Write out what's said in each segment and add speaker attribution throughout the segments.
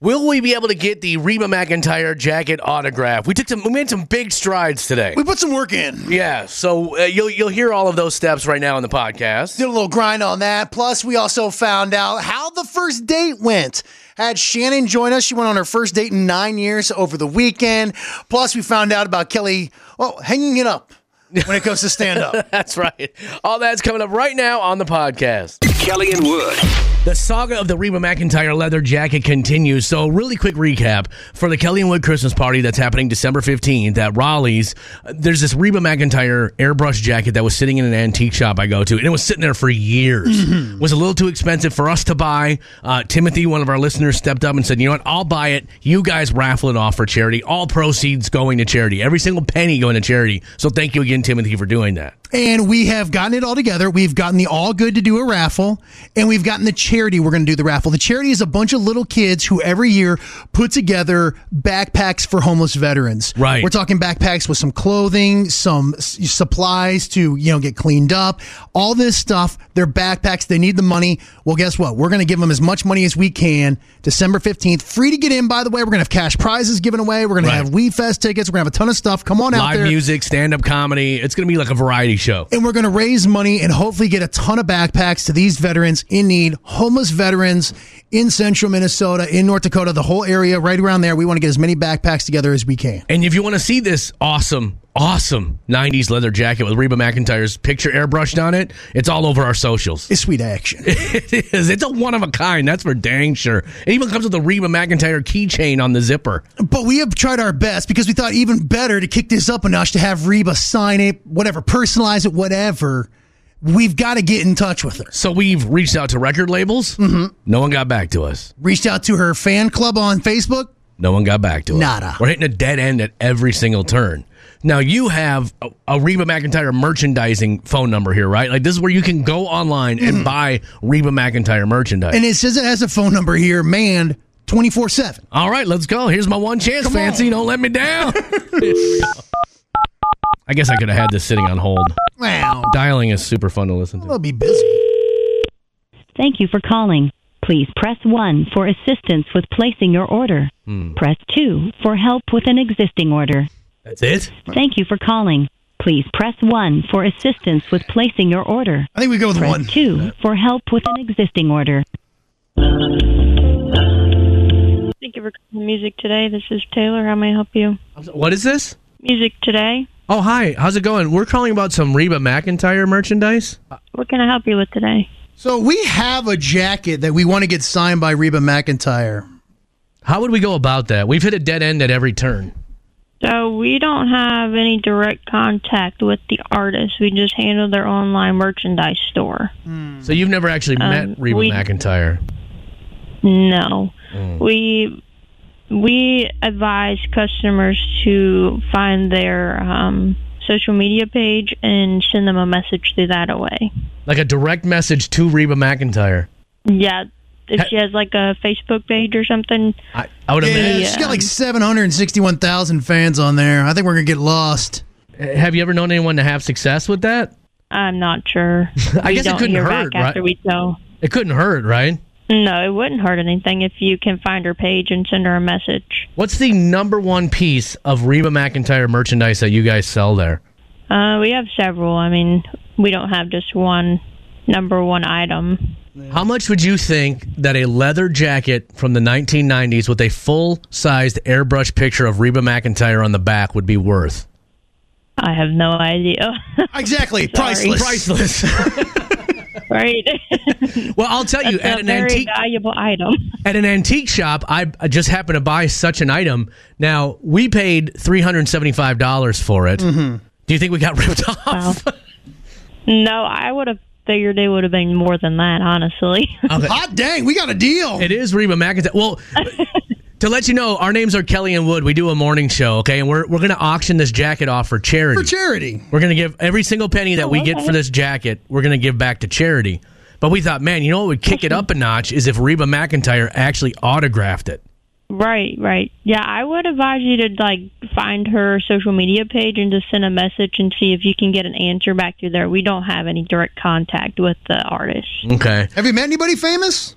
Speaker 1: Will we be able to get the Reba McIntyre jacket autograph? We took some, we made some big strides today.
Speaker 2: We put some work in.
Speaker 1: Yeah, so uh, you'll you'll hear all of those steps right now in the podcast.
Speaker 2: Did a little grind on that. Plus, we also found out how the first date went. Had Shannon join us. She went on her first date in nine years over the weekend. Plus, we found out about Kelly, well, hanging it up when it comes to stand up.
Speaker 1: That's right. All that's coming up right now on the podcast.
Speaker 3: Kelly and Wood.
Speaker 1: The saga of the Reba McIntyre leather jacket continues. So, really quick recap for the Kelly and Wood Christmas party that's happening December 15th at Raleigh's. uh, There's this Reba McIntyre airbrush jacket that was sitting in an antique shop I go to, and it was sitting there for years.
Speaker 2: Mm-hmm.
Speaker 1: Was a little too expensive for us to buy. Uh, Timothy, one of our listeners, stepped up and said, You know what? I'll buy it. You guys raffle it off for charity. All proceeds going to charity, every single penny going to charity. So, thank you again, Timothy, for doing that.
Speaker 2: And we have gotten it all together. We've gotten the all good to do a raffle, and we've gotten the charity. We're going to do the raffle. The charity is a bunch of little kids who every year put together backpacks for homeless veterans.
Speaker 1: Right.
Speaker 2: We're talking backpacks with some clothing, some s- supplies to you know get cleaned up, all this stuff. They're backpacks. They need the money. Well, guess what? We're going to give them as much money as we can. December fifteenth, free to get in. By the way, we're going to have cash prizes given away. We're going
Speaker 1: Right.
Speaker 2: to have Weed Fest tickets. We're going to have a ton of stuff. Come on out
Speaker 1: Live
Speaker 2: there
Speaker 1: music, stand up comedy. It's going to be like a variety show.
Speaker 2: and we're going to raise money and hopefully get a ton of backpacks to these veterans in need, homeless veterans in central Minnesota, in North Dakota, the whole area right around there. We want to get as many backpacks together as we can.
Speaker 1: And if you want to see this awesome, awesome 90s leather jacket with Reba McIntyre's picture airbrushed on it, it's all over our socials.
Speaker 2: It's sweet action.
Speaker 1: It is. It's a one of a kind. That's for dang sure. It even comes with a Reba McIntyre keychain on the zipper.
Speaker 2: but we have tried our best because we thought even better to kick this up a notch to have Reba sign it, whatever, personalize it, whatever. We've got to get in touch with her.
Speaker 1: So we've reached out to record labels. Mm-hmm. No one got back to us.
Speaker 2: Reached out to her fan club on Facebook.
Speaker 1: No one got back to us.
Speaker 2: Nada.
Speaker 1: We're hitting a dead end at every single turn. Now you have a, a Reba McIntyre merchandising phone number here, right? Like this is where you can go online and buy Reba McIntyre merchandise.
Speaker 2: And it says it has a phone number here, manned 24 7.
Speaker 1: All right, let's go. Here's my one chance, Fancy. Don't let me down. Here we go. I guess I could have had this sitting on hold.
Speaker 2: Wow.
Speaker 1: Dialing is super fun to listen to.
Speaker 2: We'll be busy.
Speaker 4: Thank you for calling. Please press 1 for assistance with placing your order. Press 2 for help with an existing order.
Speaker 1: That's it?
Speaker 4: Thank you for calling. Please press 1 for assistance with placing your order.
Speaker 2: I think we go with
Speaker 4: Press
Speaker 2: one.
Speaker 4: 2 for help with an existing order.
Speaker 5: Thank you for calling Music Today. This is Taylor. How may I help you?
Speaker 1: What is this?
Speaker 5: Music Today.
Speaker 1: Oh, hi. How's it going? We're calling about some Reba McIntyre merchandise.
Speaker 5: What can I help you with today?
Speaker 2: So we have a jacket that we want to get signed by Reba McIntyre.
Speaker 1: How would we go about that? We've hit a dead end at every turn.
Speaker 5: So we don't have any direct contact with the artist. We just handle their online merchandise store.
Speaker 1: So you've never actually
Speaker 5: Um,
Speaker 1: met Reba
Speaker 5: we-
Speaker 1: McIntyre.
Speaker 5: No,
Speaker 1: Mm.
Speaker 5: we we advise customers to find their um, social media page and send them a message through that away.
Speaker 1: Like a direct message to Reba McIntyre.
Speaker 5: Yeah, if
Speaker 1: Ha-
Speaker 5: she has like a Facebook page or something,
Speaker 1: I, I would
Speaker 2: Yeah,
Speaker 1: imagine.
Speaker 2: she's got like 761,000 fans on there. I think we're going to get lost.
Speaker 1: Have you ever known anyone to have success with that?
Speaker 5: I'm not sure.
Speaker 1: I
Speaker 5: we
Speaker 1: guess it
Speaker 5: don't
Speaker 1: couldn't
Speaker 5: hear
Speaker 1: hurt,
Speaker 5: back after
Speaker 1: right?
Speaker 5: we tell.
Speaker 1: It couldn't hurt, right?
Speaker 5: No, it wouldn't hurt anything if you can find her page and send her a message.
Speaker 1: What's the number one piece of Reba McIntyre merchandise that you guys sell there?
Speaker 5: Uh, we have several. I mean, we don't have just one number one item.
Speaker 1: How much would you think that a leather jacket from the 1990s with a full sized airbrush picture of Reba McIntyre on the back would be worth?
Speaker 5: I have no idea.
Speaker 2: Exactly. Priceless.
Speaker 1: Priceless.
Speaker 5: right?
Speaker 1: well, I'll tell you, at
Speaker 5: a
Speaker 1: an,
Speaker 5: very
Speaker 1: antique,
Speaker 5: valuable item.
Speaker 1: at an antique shop, I I just happened to buy such an item. Now, we paid $375 for it. Do you think we got ripped off?
Speaker 5: No, I would have figured it would have been more than that, honestly.
Speaker 2: Hot dang, we got a deal.
Speaker 1: It is Reba McIntyre. Well, to let you know, our names are Kelly and Wood. We do a morning show, okay? And we're, we're going to auction this jacket off for charity.
Speaker 2: for charity.
Speaker 1: we're going to give every single penny that we get for this jacket, we're going to give back to charity. But we thought, man, you know what would kick it up a notch is if Reba McIntyre actually autographed it.
Speaker 5: right, right. Yeah, I would advise you to like find her social media page and just send a message and see if you can get an answer back through there. We don't have any direct contact with the artist.
Speaker 1: Okay.
Speaker 2: Have you met anybody famous?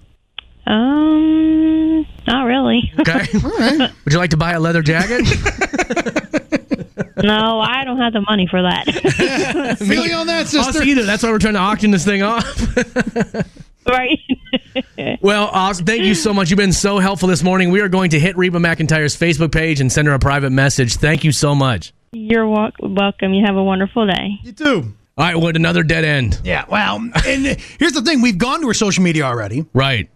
Speaker 5: Um, not really.
Speaker 1: Okay. Would you like to buy a leather jacket?
Speaker 5: no, I don't have the money for that.
Speaker 2: Feel you on that, sister.
Speaker 1: Us either. That's why we're trying to auction this thing off.
Speaker 5: right.
Speaker 1: Well, Oz, thank you so much. You've been so helpful this morning. We are going to hit Reba McIntyre's Facebook page and send her a private message. Thank you so much.
Speaker 5: You're wel- welcome. You have a wonderful day.
Speaker 2: You too.
Speaker 1: All right, what another dead end.
Speaker 2: Yeah. Wow. And here's the thing: we've gone to her social media already,
Speaker 1: Right,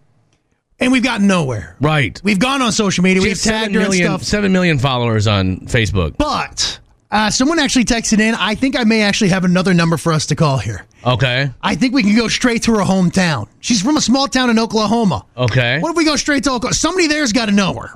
Speaker 2: and we've gotten nowhere.
Speaker 1: Right.
Speaker 2: We've gone on social media.
Speaker 1: We
Speaker 2: We've
Speaker 1: have
Speaker 2: tagged
Speaker 1: seven
Speaker 2: her and
Speaker 1: million,
Speaker 2: stuff.
Speaker 1: seven million followers on Facebook.
Speaker 2: But uh, someone actually texted in. I think I may actually have another number for us to call here.
Speaker 1: Okay.
Speaker 2: I think we can go straight to her hometown. She's from a small town in Oklahoma.
Speaker 1: Okay.
Speaker 2: What if we go straight to Oklahoma? Somebody there's got to know her.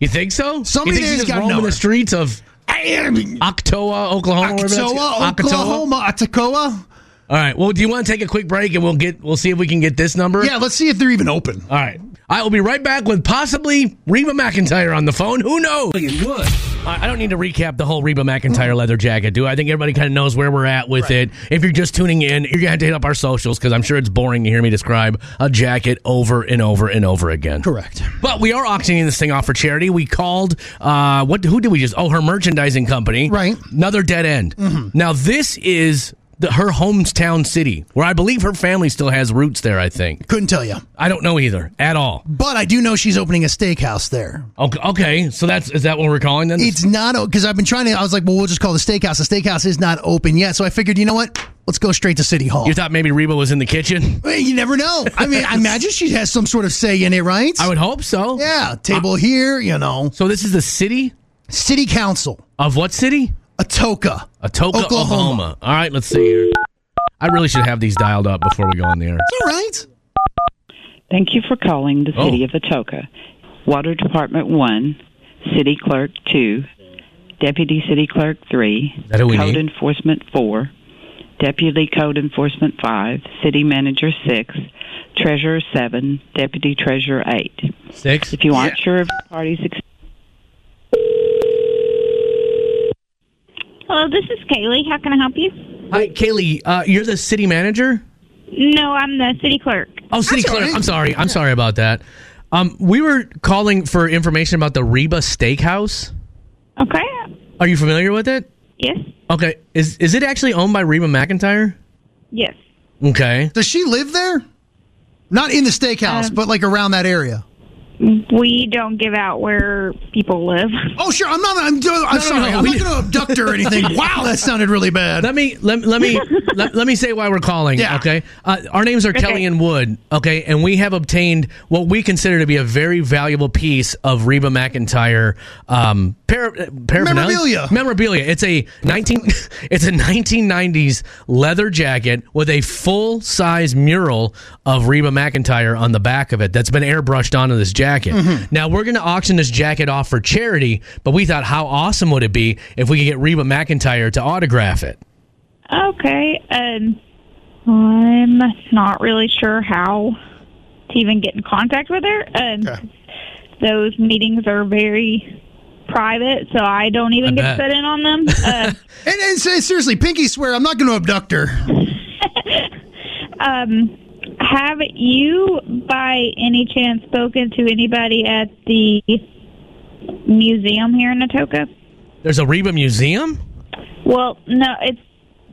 Speaker 1: You think so? you
Speaker 2: Somebody
Speaker 1: think
Speaker 2: there's
Speaker 1: just
Speaker 2: gotta
Speaker 1: roaming
Speaker 2: know her.
Speaker 1: the streets of
Speaker 2: I mean,
Speaker 1: Octoa, Oklahoma? wherever that's-
Speaker 2: Ocotoa, Oklahoma, Atacoa.
Speaker 1: All right. Well, do you want to take a quick break and we'll get we'll see if we can get this number?
Speaker 2: Yeah, let's see if they're even open.
Speaker 1: All right. I will be right back with possibly Reba McIntyre on the phone. Who knows? I I don't need to recap the whole Reba McIntyre
Speaker 2: Mm-hmm.
Speaker 1: leather jacket, do I? I think everybody kind of knows where we're at with it. If you're just tuning in, you're going to have to hit up our socials because I'm sure it's boring to hear me describe a jacket over and over and over again.
Speaker 2: Correct.
Speaker 1: But we are auctioning this thing off for charity. We called uh what who did we just oh her merchandising company.
Speaker 2: Right. Mm-hmm.
Speaker 1: Another dead end. Now this is the, her hometown city where I believe her family still has roots there, I think.
Speaker 2: Couldn't tell you.
Speaker 1: I don't know either at all.
Speaker 2: But I do know she's opening a steakhouse there.
Speaker 1: Okay, okay. So that's is that what we're calling then?
Speaker 2: It's not because I've been trying to. I was like, well, we'll just call the steakhouse. The steakhouse is not open yet, so I figured, you know what? Let's go straight to City Hall.
Speaker 1: you thought maybe Reba was in the kitchen?
Speaker 2: Well, you never know. I mean, I imagine she has some sort of say in it, right?
Speaker 1: I would hope so.
Speaker 2: yeah, table here, you know.
Speaker 1: So this is the city
Speaker 2: City Council,
Speaker 1: of what city?
Speaker 2: Atoka.
Speaker 1: Atoka,
Speaker 2: Oklahoma.
Speaker 1: Oklahoma. All right, let's see here. I really should have these dialed up before we go on the air.
Speaker 2: All right.
Speaker 3: Thank you for calling the
Speaker 1: Oh.
Speaker 3: City of Atoka. Water Department 1, City Clerk 2, Deputy City Clerk 3,
Speaker 1: that who we
Speaker 3: Code
Speaker 1: need?
Speaker 3: Enforcement 4, Deputy Code Enforcement 5, City Manager 6, Treasurer 7, Deputy Treasurer 8.
Speaker 1: Six.
Speaker 3: If you aren't sure if your party's ex-
Speaker 6: Hello, this is Kaylee. How can I help you?
Speaker 1: Hi, Kaylee. Uh, you're the city manager.
Speaker 6: No, I'm the city clerk.
Speaker 1: Oh, city
Speaker 2: That's all
Speaker 1: clerk.
Speaker 2: right.
Speaker 1: I'm sorry. I'm sorry about that. Um, we were calling for information about the Reba Steakhouse.
Speaker 6: Okay.
Speaker 1: Are you familiar with it?
Speaker 6: Yes.
Speaker 1: Okay. Is is it actually owned by Reba McIntyre?
Speaker 6: Yes.
Speaker 1: Okay.
Speaker 2: Does she live there? Not in the steakhouse,
Speaker 1: Um,
Speaker 2: but like around that area.
Speaker 6: We don't give out where people live.
Speaker 2: Oh, sure. I'm not. I'm, doing- I'm
Speaker 1: no,
Speaker 2: sorry.
Speaker 1: no,
Speaker 2: I'm
Speaker 1: we
Speaker 2: not
Speaker 1: did-
Speaker 2: going to abduct her or anything. wow, that sounded really bad.
Speaker 1: Let me let, let me let, let me say why we're calling.
Speaker 2: Yeah.
Speaker 1: Okay. Uh, our names are Kelly and Wood. Okay, and we have obtained what we consider to be a very valuable piece of Reba McIntyre um, para, paraphernalia-
Speaker 2: Memorabilia.
Speaker 1: Memorabilia. It's a nineteen. It's a nineteen nineties leather jacket with a full size mural of Reba McIntyre on the back of it. That's been airbrushed onto this jacket.
Speaker 2: Mm-hmm.
Speaker 1: Now we're going to auction this jacket off for charity, but we thought how awesome would it be if we could get Reba McIntyre to autograph it.
Speaker 6: Okay. Um, I'm not really sure how to even get in contact with her. Um,
Speaker 2: Okay.
Speaker 6: Those meetings are very private, so I don't even
Speaker 1: I
Speaker 6: get
Speaker 1: bet.
Speaker 6: set in on them. Uh,
Speaker 2: And, and say, seriously, Pinky swear I'm not going to abduct her.
Speaker 6: um, have you, by any chance, spoken to anybody at the museum here in Atoka?
Speaker 1: There's a Reba Museum.
Speaker 6: Well, no, it's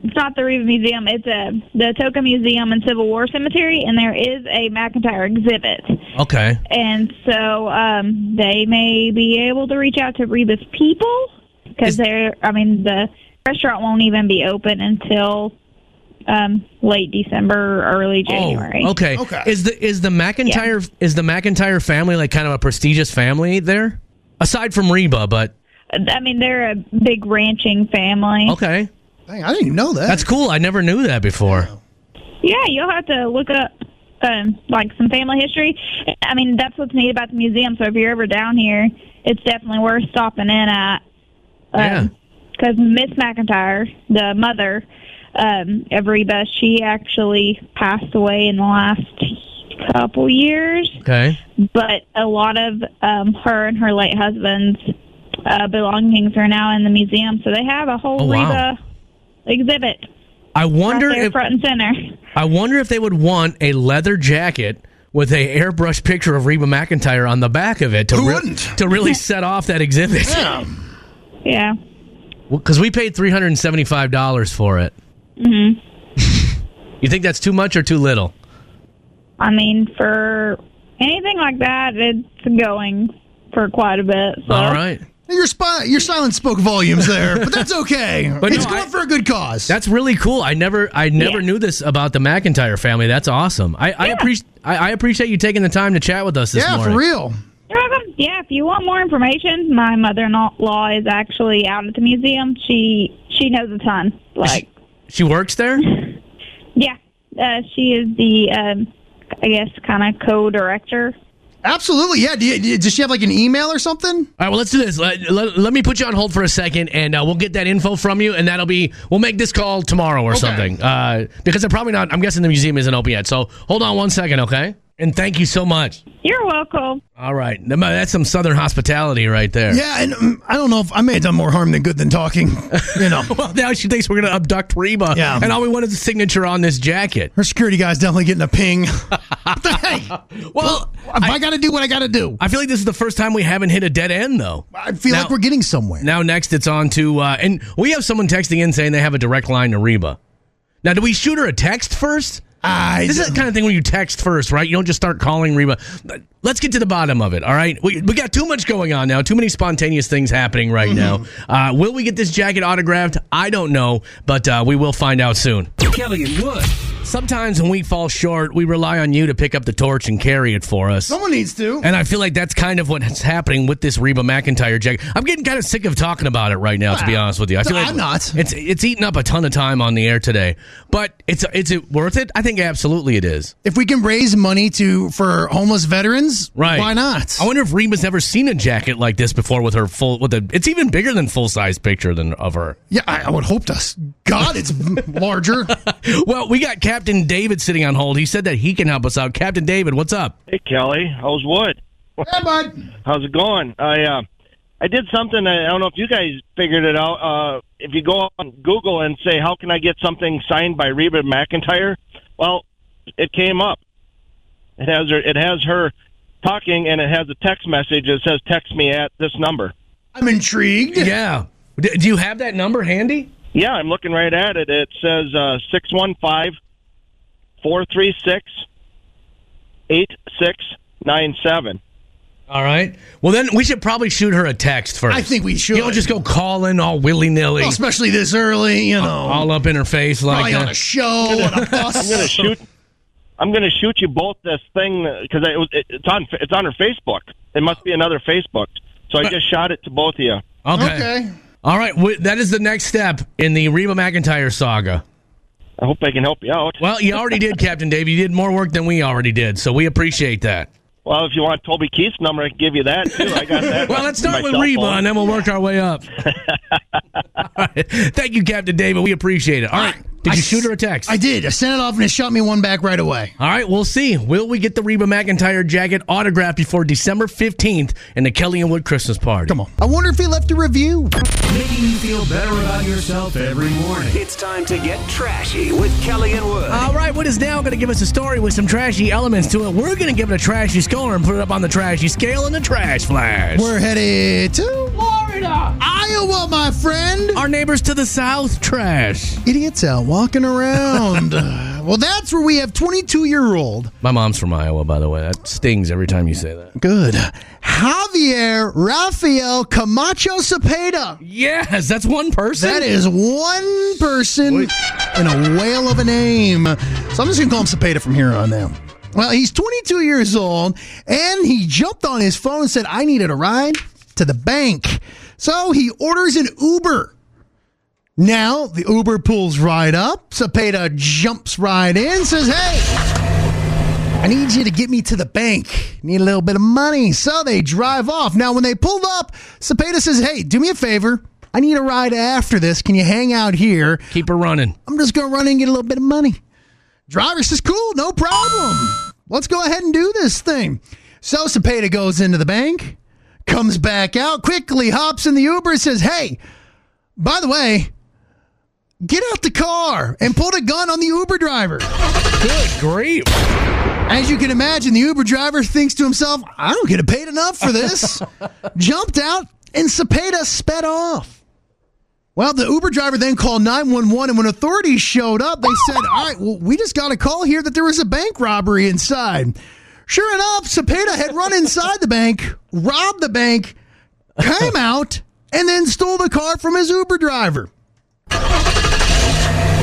Speaker 6: it's not the Reba Museum. It's a, the Toka Museum and Civil War Cemetery, and there is a McIntyre exhibit.
Speaker 1: Okay.
Speaker 6: And so um, they may be able to reach out to Reba's people
Speaker 1: Is-
Speaker 6: because they're. I mean, the restaurant won't even be open until um, late December, early January.
Speaker 1: Oh, okay.
Speaker 2: Okay.
Speaker 1: Is the is the McIntyre is the McIntyre family like kind of a prestigious family there? Aside from Reba, but
Speaker 6: I mean, they're a big ranching family.
Speaker 1: okay,
Speaker 2: Dang, I didn't even know that.
Speaker 1: that's cool. I never knew that before.
Speaker 6: Yeah, you'll have to look up um, like some family history. I mean, that's what's neat about the museum. So if you're ever down here, it's definitely worth stopping in at.
Speaker 1: Yeah.
Speaker 6: Because Miss McIntyre, the mother um, of Reba, she actually passed away in the last couple years.
Speaker 1: Okay.
Speaker 6: But a lot of um, her and her late husband's uh, belongings are now in the museum. So they have a whole
Speaker 1: Oh, wow.
Speaker 6: Reba exhibit
Speaker 1: I
Speaker 6: right
Speaker 1: wonder
Speaker 6: there
Speaker 1: if
Speaker 6: front and center.
Speaker 1: I wonder if they would want a leather jacket with a airbrush picture of Reba McIntyre on the back of it to,
Speaker 2: Who
Speaker 1: re-
Speaker 2: wouldn't?
Speaker 1: to really set off that exhibit.
Speaker 6: Yeah.
Speaker 1: Because we paid three hundred and seventy-five dollars for it. Mm-hmm. you think that's too much or too little?
Speaker 6: I mean, for anything like that, it's going for quite a bit. So.
Speaker 1: All right.
Speaker 2: Your spot, your silence spoke volumes there, but that's okay.
Speaker 1: But
Speaker 2: it's
Speaker 1: no,
Speaker 2: going
Speaker 1: I-
Speaker 2: for a good cause.
Speaker 1: That's really cool. I never, I never knew this about the McIntyre family. That's awesome. I, I appreciate, I, I appreciate you taking the time to chat with us this
Speaker 2: yeah,
Speaker 1: morning.
Speaker 2: for real.
Speaker 6: You're welcome. Yeah, if you want more information, my mother-in-law is actually out at the museum. She she knows a ton. Like,
Speaker 1: She works there.
Speaker 6: yeah, uh, she is the um, I guess kind of co-director.
Speaker 2: Absolutely. Yeah. Do you- do you- does she have like an email or something?
Speaker 1: All right, well, let's do this. Let, let, let me put you on hold for a second, and uh, we'll get that info from you, and that'll be we'll make this call tomorrow or something. Uh, because they're probably not. I'm guessing the museum isn't open yet. So hold on one second, okay? And thank you so much.
Speaker 6: You're welcome.
Speaker 1: All right, that's some southern hospitality right there.
Speaker 2: Yeah, and um, I don't know if I may have done more harm than good than talking. You know,
Speaker 1: Well, now she thinks we're going to abduct Reba.
Speaker 2: Yeah.
Speaker 1: And all we want is a signature on this jacket.
Speaker 2: her security guy's definitely getting a ping. What the hey,
Speaker 1: Well,
Speaker 2: I, got to do what I got to do.
Speaker 1: I feel like this is the first time we haven't hit a dead end, though.
Speaker 2: I feel
Speaker 1: Now-
Speaker 2: like we're getting somewhere.
Speaker 1: Now, next, it's on to, uh, and we have someone texting in saying they have a direct line to Reba. Now, do we shoot her a text first?
Speaker 2: I,
Speaker 1: This is the kind of thing where you text first, right? You don't just start calling Reba. But Let's get to the bottom of it, all right? We, we got too much going on now, too many spontaneous things happening right now. Uh, will we get this jacket autographed? I don't know, but uh, we will find out soon.
Speaker 7: Kelly and Wood.
Speaker 1: Sometimes when we fall short, we rely on you to pick up the torch and carry it for us.
Speaker 2: someone needs to.
Speaker 1: And I feel like that's kind of what's happening with this Reba McIntyre jacket. I'm getting kind of sick of talking about it right now, to be honest with you. I feel like
Speaker 2: I'm not.
Speaker 1: It's it's eating up a ton of time on the air today, but it's it's it worth it. I think absolutely it is.
Speaker 2: if we can raise money to for homeless veterans,
Speaker 1: Right?
Speaker 2: Why not?
Speaker 1: I wonder if Reba's ever seen a jacket like this before with her full with a. It's even bigger than full size picture than of her.
Speaker 2: yeah, I, I would hope to. s- God, it's larger.
Speaker 1: Well, we got Captain David sitting on hold. He said that he can help us out. Captain David, what's up?
Speaker 8: Hey Kelly, how's Wood?
Speaker 2: Yeah, bud.
Speaker 8: How's it going? I uh, I did something. I don't know if you guys figured it out. Uh, if you go on Google and say, "How can I get something signed by Reba McIntyre?" Well, it came up. It has her. It has her talking, and it has a text message that says, "Text me at this number."
Speaker 2: I'm intrigued.
Speaker 1: Yeah. D- do you have that number handy?
Speaker 8: Yeah, I'm looking right at it. It says uh, six one five four three six eight six nine seven.
Speaker 1: All right. Well, then we should probably shoot her a text first.
Speaker 2: I think we should.
Speaker 1: You don't just go calling all willy nilly,
Speaker 2: Well, especially this early. You know,
Speaker 1: all up in her face like.
Speaker 2: probably on
Speaker 1: uh,
Speaker 2: a show on a
Speaker 8: I'm gonna
Speaker 2: bus.
Speaker 8: shoot. I'm gonna shoot you both this thing because it, was- it, it's on it's on her Facebook. It must be another Facebook. So I just shot it to both of you.
Speaker 1: okay.
Speaker 2: Okay.
Speaker 1: All right. W- that is the next step in the Reba McIntyre saga.
Speaker 8: I hope I can help you out.
Speaker 1: Well, you already did, Captain Dave. You did more work than we already did, so we appreciate that.
Speaker 8: Well, if you want Toby Keith's number, I can give you that too. I got that.
Speaker 1: Well, let's
Speaker 8: in my
Speaker 1: start with
Speaker 8: cell
Speaker 1: Reba,
Speaker 8: phone.
Speaker 1: and then we'll work our way up. All right. Thank you, Captain David. We appreciate it. All right. Did
Speaker 2: I
Speaker 1: you
Speaker 2: s-
Speaker 1: shoot her a text?
Speaker 2: I did. I sent it off and it shot me one back right away.
Speaker 1: All right, we'll see. Will we get the Reba McIntyre jacket autographed before December 15th in the Kelly and Wood Christmas party?
Speaker 2: Come on. I wonder if he left a review.
Speaker 7: Making you feel better about yourself every morning. It's time to get trashy with Kelly and Wood.
Speaker 1: All right, what is now going to give us a story with some trashy elements to it? We're going to give it a trashy score and put it up on the trashy scale in the trash flash.
Speaker 2: We're headed to Florida, Iowa, my friend.
Speaker 1: Our neighbors to the south, trash.
Speaker 2: idiots out walking around. well, that's where we have 22 year old.
Speaker 1: My mom's from Iowa, by the way. That stings every time you say that.
Speaker 2: Good. Javier Rafael Camacho Cepeda.
Speaker 1: Yes, that's one person.
Speaker 2: That is one person in a whale of a name. So I'm just going to call him Cepeda from here on out. Well, he's 22 years old and he jumped on his phone and said, I needed a ride to the bank. So he orders an Uber. Now the Uber pulls right up. Cepeda jumps right in, says, Hey, I need you to get me to the bank. Need a little bit of money. So they drive off. Now, when they pulled up, Cepeda says, Hey, do me a favor. I need a ride after this. Can you hang out here?
Speaker 1: Keep her running.
Speaker 2: I'm just going to run in and get a little bit of money. Driver says, Cool, no problem. Let's go ahead and do this thing. So Cepeda goes into the bank, comes back out, quickly hops in the Uber and says, Hey, by the way, get out the car and pulled a gun on the Uber driver.
Speaker 1: Good grief.
Speaker 2: As you can imagine, the Uber driver thinks to himself, I don't get paid enough for this. Jumped out, and Cepeda sped off. Well, the Uber driver then called 911, and when authorities showed up, they said, All right, well, we just got a call here that there was a bank robbery inside. Sure enough, Cepeda had run inside the bank, robbed the bank, came out, and then stole the car from his Uber driver.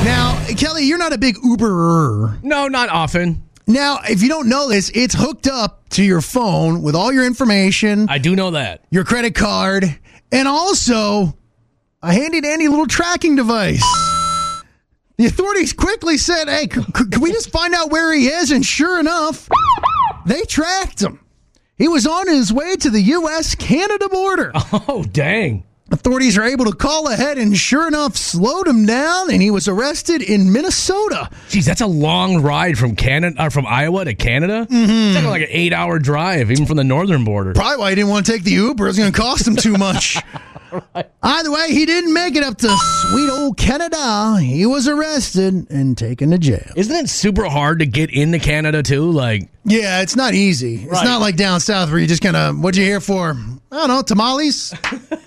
Speaker 2: Now, Kelly, you're not a big Uberer.
Speaker 1: No, not often.
Speaker 2: Now, if you don't know this, it's hooked up to your phone with all your information,
Speaker 1: I do know that.
Speaker 2: your credit card, and also a handy dandy little tracking device. The authorities quickly said, hey, c- c- can we just find out where he is? And sure enough, they tracked him. He was on his way to the U.S. Canada border.
Speaker 1: Oh, dang.
Speaker 2: Authorities are able to call ahead and sure enough slowed him down and he was arrested in Minnesota.
Speaker 1: Geez, that's a long ride from Canada or from Iowa to Canada. It's like, like an eight-hour drive, even from the northern border.
Speaker 2: Probably why he didn't want to take the Uber. It was going to cost him too much. Either way, he didn't make it up to sweet old Canada. He was arrested and taken to jail.
Speaker 1: Isn't it super hard to get into Canada too? Like,
Speaker 2: Yeah, it's not easy. It's
Speaker 1: Right.
Speaker 2: not like down south where you're just going to, what'd you here for? I don't know, tamales?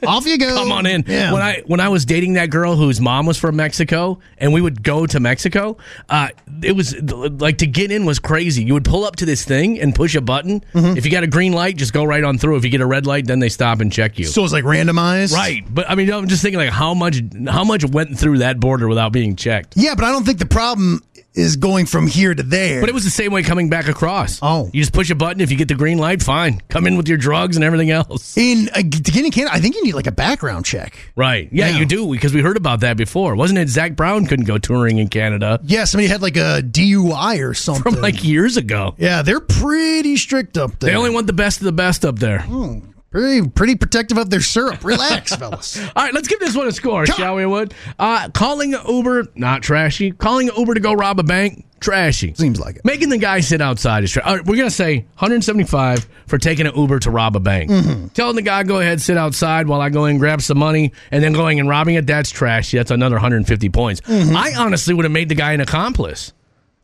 Speaker 2: Off you go.
Speaker 1: come on in.
Speaker 2: Yeah.
Speaker 1: When I when I was dating that girl whose mom was from Mexico, and we would go to Mexico, uh, it was like to get in was crazy. You would pull up to this thing and push a button.
Speaker 2: Mm-hmm.
Speaker 1: If you got a green light, just go right on through. If you get a red light, then they stop and check you.
Speaker 2: so it's like randomized.
Speaker 1: Right, but I mean, I'm just thinking like how much how much went through that border without being checked.
Speaker 2: Yeah, but I don't think the problem is going from here to there.
Speaker 1: But it was the same way coming back across.
Speaker 2: Oh.
Speaker 1: you just push a button. If you get the green light, fine. Come in with your drugs and everything else.
Speaker 2: in uh, to get in Canada, I think you need like a background check.
Speaker 1: Right? Yeah,
Speaker 2: Yeah.
Speaker 1: you do because we heard about that before. Wasn't it Zach Brown couldn't go touring in Canada
Speaker 2: Yeah, somebody had like a DUI or something.
Speaker 1: from like years ago?
Speaker 2: yeah, they're pretty strict up there.
Speaker 1: They only want the best of the best up there. All
Speaker 2: pretty, pretty protective of their syrup. Relax, fellas.
Speaker 1: right, let's give this one a score, shall we? Wood uh, calling Uber not trashy. Calling Uber to go rob a bank trashy.
Speaker 2: Seems like it.
Speaker 1: Making the guy sit outside is trash. All right, we're gonna say 175 for taking an Uber to rob a bank. Telling the guy go ahead sit outside while I go in grab some money, and then going and robbing it. That's trashy. That's another 150 points. I honestly would have made the guy an accomplice.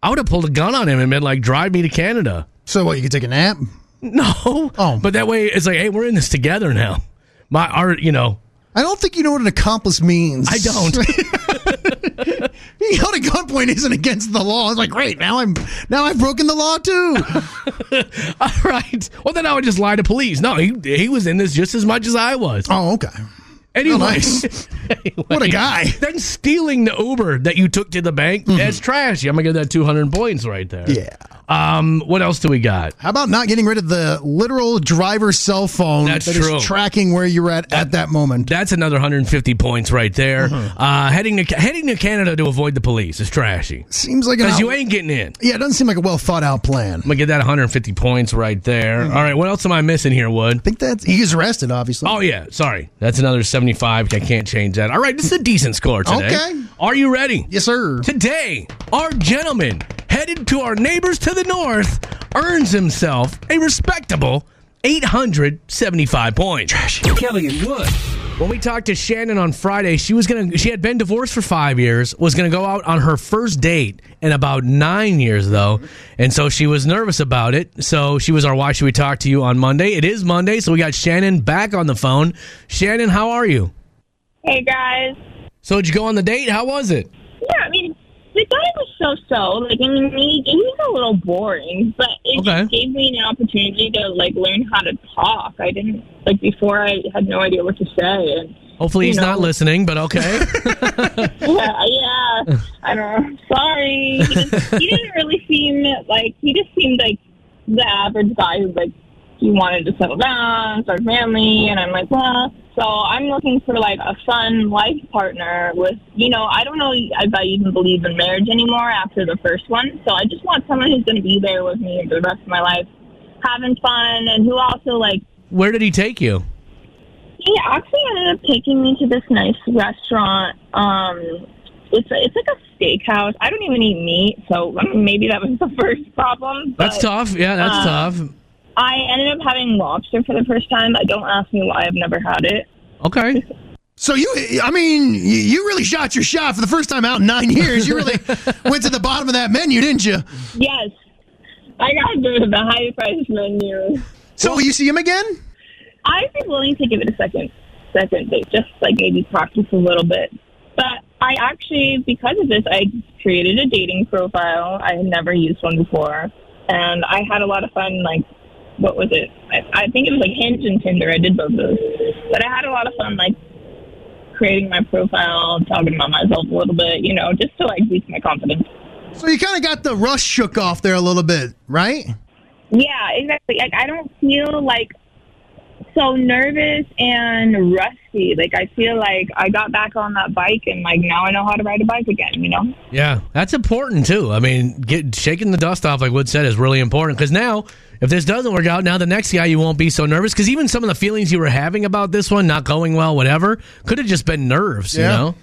Speaker 1: I would have pulled a gun on him and been like, "Drive me to Canada."
Speaker 2: So what? You could take a nap.
Speaker 1: No,
Speaker 2: Oh.
Speaker 1: but that way it's like, hey, we're in this together now. My art, you know,
Speaker 2: I don't think you know what an accomplice means.
Speaker 1: I don't.
Speaker 2: Being held at gunpoint isn't against the law. It's like great. Now I'm now I've broken the law too.
Speaker 1: All right. Well, then I would just lie to police. No, he he was in this just as much as I was.
Speaker 2: oh, okay.
Speaker 1: Anyway,
Speaker 2: nice. What a guy. Mm-hmm.
Speaker 1: Then stealing the Uber that you took to the bank, that's trash. I'm going to give that 200 points right there.
Speaker 2: Yeah.
Speaker 1: Um, what else do we got?
Speaker 2: How about not getting rid of the literal driver's cell phone
Speaker 1: That's
Speaker 2: that is
Speaker 1: true.
Speaker 2: tracking where you're at at that moment?
Speaker 1: That's another 150 points right there.
Speaker 2: Mm-hmm.
Speaker 1: Uh, heading to heading to Canada to avoid the police is trashy.
Speaker 2: Seems like an
Speaker 1: Because
Speaker 2: out-
Speaker 1: you ain't getting in.
Speaker 2: yeah, it doesn't seem like a well thought out plan.
Speaker 1: I'm going to get that 150 points right there.
Speaker 2: Mm-hmm.
Speaker 1: All right, what else am I missing here, Wood?
Speaker 2: I think that's he was arrested, obviously.
Speaker 1: Oh, yeah, sorry. That's another 75. I can't change that. All right, this is a decent score today.
Speaker 2: Okay.
Speaker 1: Are you ready?
Speaker 2: Yes, sir.
Speaker 1: Today, our gentleman headed to our neighbors to the north earns himself a respectable 875 points.
Speaker 7: Kelly and Wood.
Speaker 1: When we talked to Shannon on Friday, she was going to she had been divorced for 5 years, was going to go out on her first date in about 9 years though, and so she was nervous about it. So she was our why should we talk to you on Monday. It is Monday, so we got Shannon back on the phone. Shannon, how are you?
Speaker 6: Hey guys.
Speaker 1: So did you go on the date? How was it?
Speaker 6: Yeah, I mean, the guy was so so. Like, I mean, he, he was a little boring, but it
Speaker 1: Okay.
Speaker 6: just gave me an opportunity to like learn how to talk. I didn't like before. I had no idea what to say, and
Speaker 1: Hopefully he's
Speaker 6: You know.
Speaker 1: not listening, but okay.
Speaker 6: yeah, yeah. I don't know. Sorry, he, just, he didn't really seem like he just seemed like the average guy who like he wanted to settle down, start a family, and I'm like, well. So I'm looking for like a fun life partner with, you know, I don't know if I even believe in marriage anymore after the first one. So I just want someone who's going to be there with me for the rest of my life, having fun, and who also like
Speaker 1: Where did he take you?
Speaker 6: he actually ended up taking me to this nice restaurant. Um, it's it's like a steakhouse. I don't even eat meat, so I mean, maybe that was the first problem. But
Speaker 1: That's tough. Yeah, that's
Speaker 6: uh,
Speaker 1: tough.
Speaker 6: I ended up having lobster for the first time. I don't ask me why. I've never had it.
Speaker 1: Okay.
Speaker 2: So you, I mean, you- you really shot your shot for the first time out in nine years. You really went to the bottom of that menu, didn't you?
Speaker 6: Yes. I got the, the high price menu.
Speaker 2: So will you see him again?
Speaker 6: I'd be willing to give it a second second date, just like maybe practice a little bit. But I actually, because of this, I created a dating profile. I had never used one before, and I had a lot of fun. Like, what was it? I, I think it was like Hinge and Tinder. I did both of those, but I had a lot of fun like creating my profile, talking about myself a little bit, you know, just to like boost my confidence.
Speaker 2: So you kind of got the rust shook off there a little bit, right?
Speaker 6: Yeah, exactly. Like I don't feel like so nervous and rusty. Like I feel like I got back on that bike and like now I know how to ride a bike again, you know?
Speaker 1: Yeah, that's important too. I mean, get, shaking the dust off, like Wood said, is really important because now, if this doesn't work out, now the next guy you won't be so nervous because even some of the feelings you were having about this one not going well, whatever, could have just been nerves, you
Speaker 2: Yeah.
Speaker 1: know?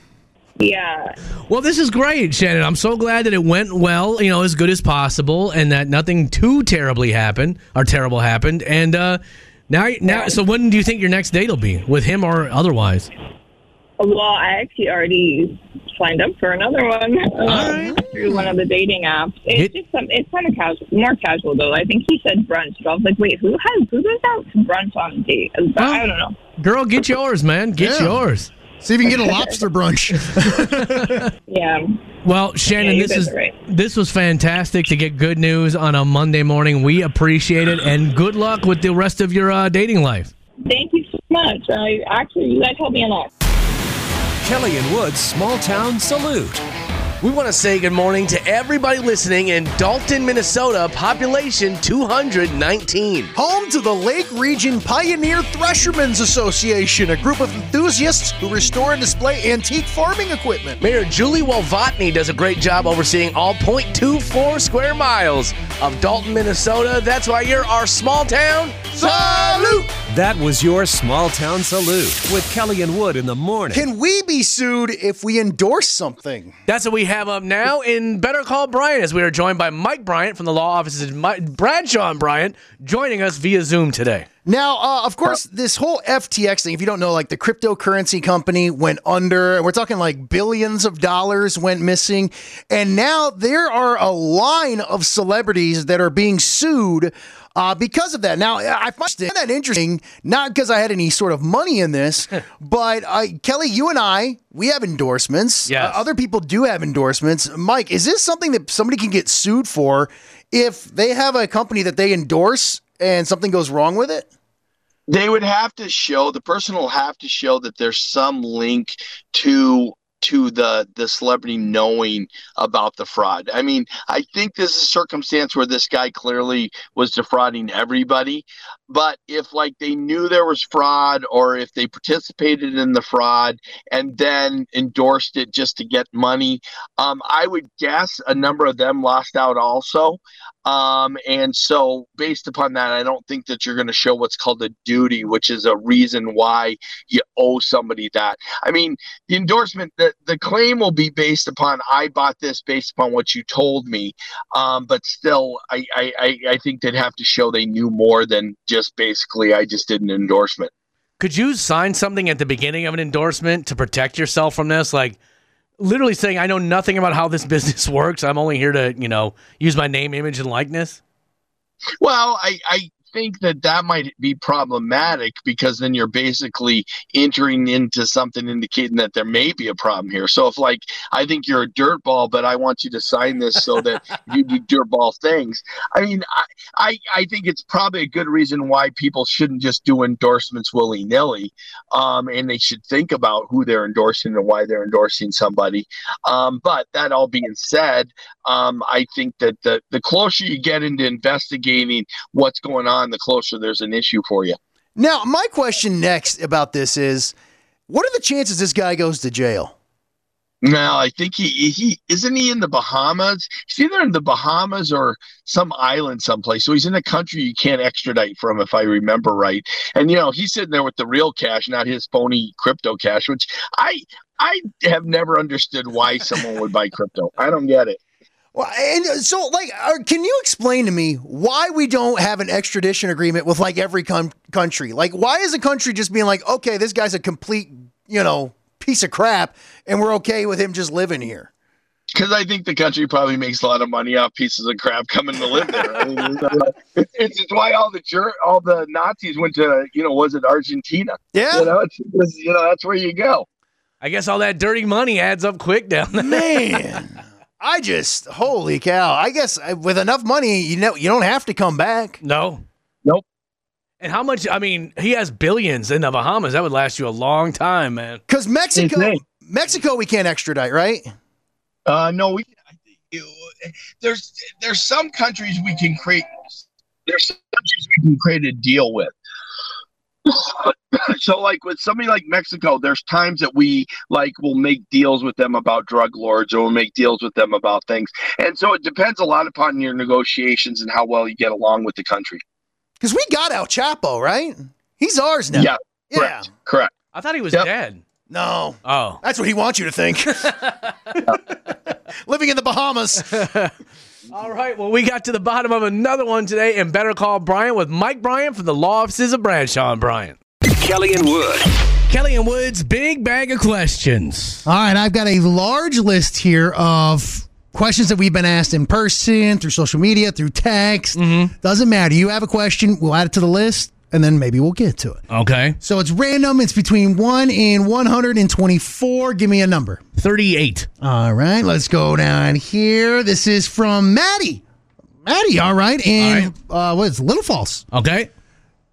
Speaker 6: Yeah.
Speaker 1: Well, this is great, Shannon. I'm so glad that it went well, you know, as good as possible, and that nothing too terribly happened or terrible happened. And uh, now, now, so when do you think your next date will be with him or otherwise?
Speaker 6: Well, I actually already signed up for another one um, through one of the dating apps. It's
Speaker 1: Hit-
Speaker 6: just some it's kind of casual more casual though. I think he said brunch, but I was like, Wait, who has who goes out to brunch on a date? I don't know.
Speaker 1: Girl, get yours, man. Get
Speaker 2: Yeah.
Speaker 1: yours.
Speaker 2: See if you can get a lobster brunch.
Speaker 6: Yeah.
Speaker 1: Well, Shannon,
Speaker 6: you
Speaker 1: this is
Speaker 6: guys are right.
Speaker 1: this was fantastic to get good news on a Monday morning. We appreciate it, and good luck with the rest of your uh, dating life.
Speaker 6: Thank you so much. I actually you guys helped me a lot.
Speaker 7: Kelly and Wood's Small Town Salute.
Speaker 1: We want to say good morning to everybody listening in Dalton, Minnesota, population 219.
Speaker 2: Home to the Lake Region Pioneer Threshermen's Association, a group of enthusiasts who restore and display antique farming equipment.
Speaker 1: Mayor Julie Wolvatny does a great job overseeing all 0.24 square miles of Dalton, Minnesota. That's why you're our small town.
Speaker 2: Salute!
Speaker 7: That was your Small Town Salute with Kelly and Wood in the morning.
Speaker 2: Can we be sued if we endorse something?
Speaker 1: That's what we have up now in Better Call Bryant as we are joined by Mike Bryant from the law offices of Mi- Bradshaw and Bryant joining us via Zoom today.
Speaker 2: Now, uh, of course, this whole FTX thing, if you don't know, like the cryptocurrency company went under, and we're talking like billions of dollars went missing. And now there are a line of celebrities that are being sued. Uh, because of that. Now, I find that interesting, not because I had any sort of money in this, but uh, Kelly, you and I, we have endorsements.
Speaker 1: Yes.
Speaker 2: Uh, other people do have endorsements. Mike, is this something that somebody can get sued for if they have a company that they endorse and something goes wrong with it?
Speaker 9: they would have to show the person will have to show that there's some link to to the the celebrity knowing about the fraud. I mean, I think this is a circumstance where this guy clearly was defrauding everybody, but if like they knew there was fraud or if they participated in the fraud and then endorsed it just to get money, um, I would guess a number of them lost out also. Um, and so, based upon that, I don't think that you're going to show what's called a duty, which is a reason why you owe somebody that. I mean, the endorsement, the, the claim will be based upon I bought this based upon what you told me. Um, but still, I, I, I- I think they'd have to show they knew more than just basically I just did an endorsement.
Speaker 1: Could you sign something at the beginning of an endorsement to protect yourself from this? Like literally saying, I know nothing about how this business works. I'm only here to, you know, use my name, image, and likeness.
Speaker 9: Well, I, I think that that might be problematic because then you're basically entering into something indicating that there may be a problem here. So if like I think you're a dirtball, but I want you to sign this so that you do dirtball things. I mean, I, I I think it's probably a good reason why people shouldn't just do endorsements willy nilly, um, and they should think about who they're endorsing and why they're endorsing somebody. Um, but that all being said, um, I think that the, the closer you get into investigating what's going on, the closer there's an issue for you.
Speaker 2: Now, my question next about this is what are the chances this guy goes to jail?
Speaker 9: No, I think he he isn't he in the Bahamas. He's either in the Bahamas or some island someplace. So he's in a country you can't extradite from, if I remember right. And you know he's sitting there with the real cash, not his phony crypto cash. Which I I have never understood why someone would buy crypto. I don't get it.
Speaker 2: Well, and so, like, uh, can you explain to me why we don't have an extradition agreement with like every com- country? Like, why is a country just being like, okay, this guy's a complete, you know, piece of crap, and we're okay with him just living here?
Speaker 9: because I think the country probably makes a lot of money off pieces of crap coming to live there. I mean, it's, uh, it's, it's why all the jer- all the Nazis went to you know was it Argentina?
Speaker 10: Yeah.
Speaker 9: you know, it's, it's, you know that's where you go.
Speaker 1: I guess all that dirty money adds up quick down there.
Speaker 2: Man, I just holy cow! I guess uh, with enough money, you know, you don't have to come back.
Speaker 1: No.
Speaker 9: Nope.
Speaker 1: And how much? I mean, he has billions in the Bahamas. That would last you a long time, man.
Speaker 2: Because Mexico,
Speaker 9: Insane.
Speaker 2: Mexico, we can't extradite, right?
Speaker 9: Uh, no, we. I think it- There's there's some countries we can create. There's some countries we can create a deal with. so, like with somebody like Mexico, there's times that we like will make deals with them about drug lords, or we'll make deals with them about things. And so it depends a lot upon your negotiations and how well you get along with the country.
Speaker 2: Because we got El Chapo, right? He's ours now.
Speaker 9: Yeah,
Speaker 2: Yeah.
Speaker 9: correct. correct.
Speaker 1: I thought he was
Speaker 9: Yep.
Speaker 1: dead.
Speaker 2: No,
Speaker 1: Oh.
Speaker 2: that's what he wants you to think. Living in the Bahamas.
Speaker 1: All right. Well, we got to the bottom of another one today, and better call Brian with Mike Bryan from the Law Offices of Bradshaw and Bryan.
Speaker 7: Kelly and Wood.
Speaker 1: Kelly and Woods, big bag of questions.
Speaker 2: All right, I've got a large list here of questions that we've been asked in person, through social media, through text.
Speaker 9: Mm-hmm.
Speaker 2: Doesn't matter. You have a question, we'll add it to the list, and then maybe we'll get to it.
Speaker 1: Okay.
Speaker 2: So it's random. It's between 1 and 124. Give me a number.
Speaker 1: 38.
Speaker 2: All right, let's go down here. This is from Maddie. Maddie, all right. And Uh, what is it, Little False?
Speaker 1: Okay.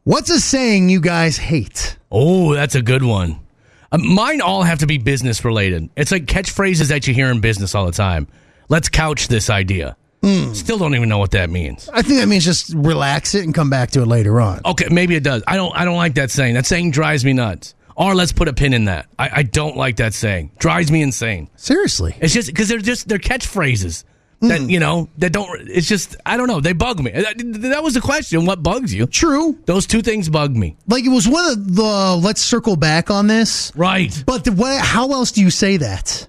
Speaker 2: What's a saying you guys hate?
Speaker 1: Oh, that's a good one. Uh, mine all have to be business related. It's like catchphrases that you hear in business all the time. Let's couch this idea. Still don't even know what that means.
Speaker 2: I think that means just relax it and come back to it later on.
Speaker 1: Okay, maybe it does. I don't. I don't like that saying. That saying drives me nuts. Or let's put a pin in that. I, I don't like that saying. Drives me insane.
Speaker 2: Seriously.
Speaker 1: It's just because they're just they're catchphrases that
Speaker 2: Hmm.
Speaker 1: you know that don't. It's just I don't know. They bug me. That, that was the question. What bugs you?
Speaker 2: True.
Speaker 1: Those two things bug me.
Speaker 2: Like it was one of the let's circle back on this.
Speaker 1: Right.
Speaker 2: But the, what, how else do you say that?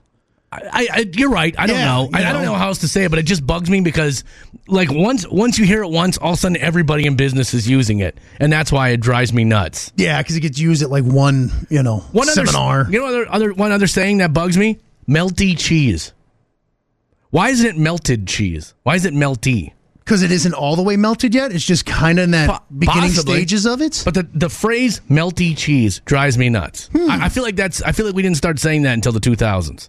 Speaker 1: I, I you're right. I don't
Speaker 2: Yeah,
Speaker 1: know. I,
Speaker 2: you
Speaker 1: I don't
Speaker 2: know.
Speaker 1: know how else to say it, but it just bugs me because like once once you hear it once, all of a sudden everybody in business is using it, and that's why it drives me nuts.
Speaker 2: Yeah, because it gets used at like one, you know,
Speaker 1: One other
Speaker 2: seminar.
Speaker 1: you know other other one other saying that bugs me: melty cheese. Why isn't it melted cheese? Why is it melty?
Speaker 2: because it isn't all the way melted yet. It's just kind of in that
Speaker 1: Po-
Speaker 2: beginning
Speaker 1: possibly.
Speaker 2: stages of it.
Speaker 1: But the, the phrase melty cheese drives me nuts. I, I feel like that's I feel like we didn't start saying that until the 2000s.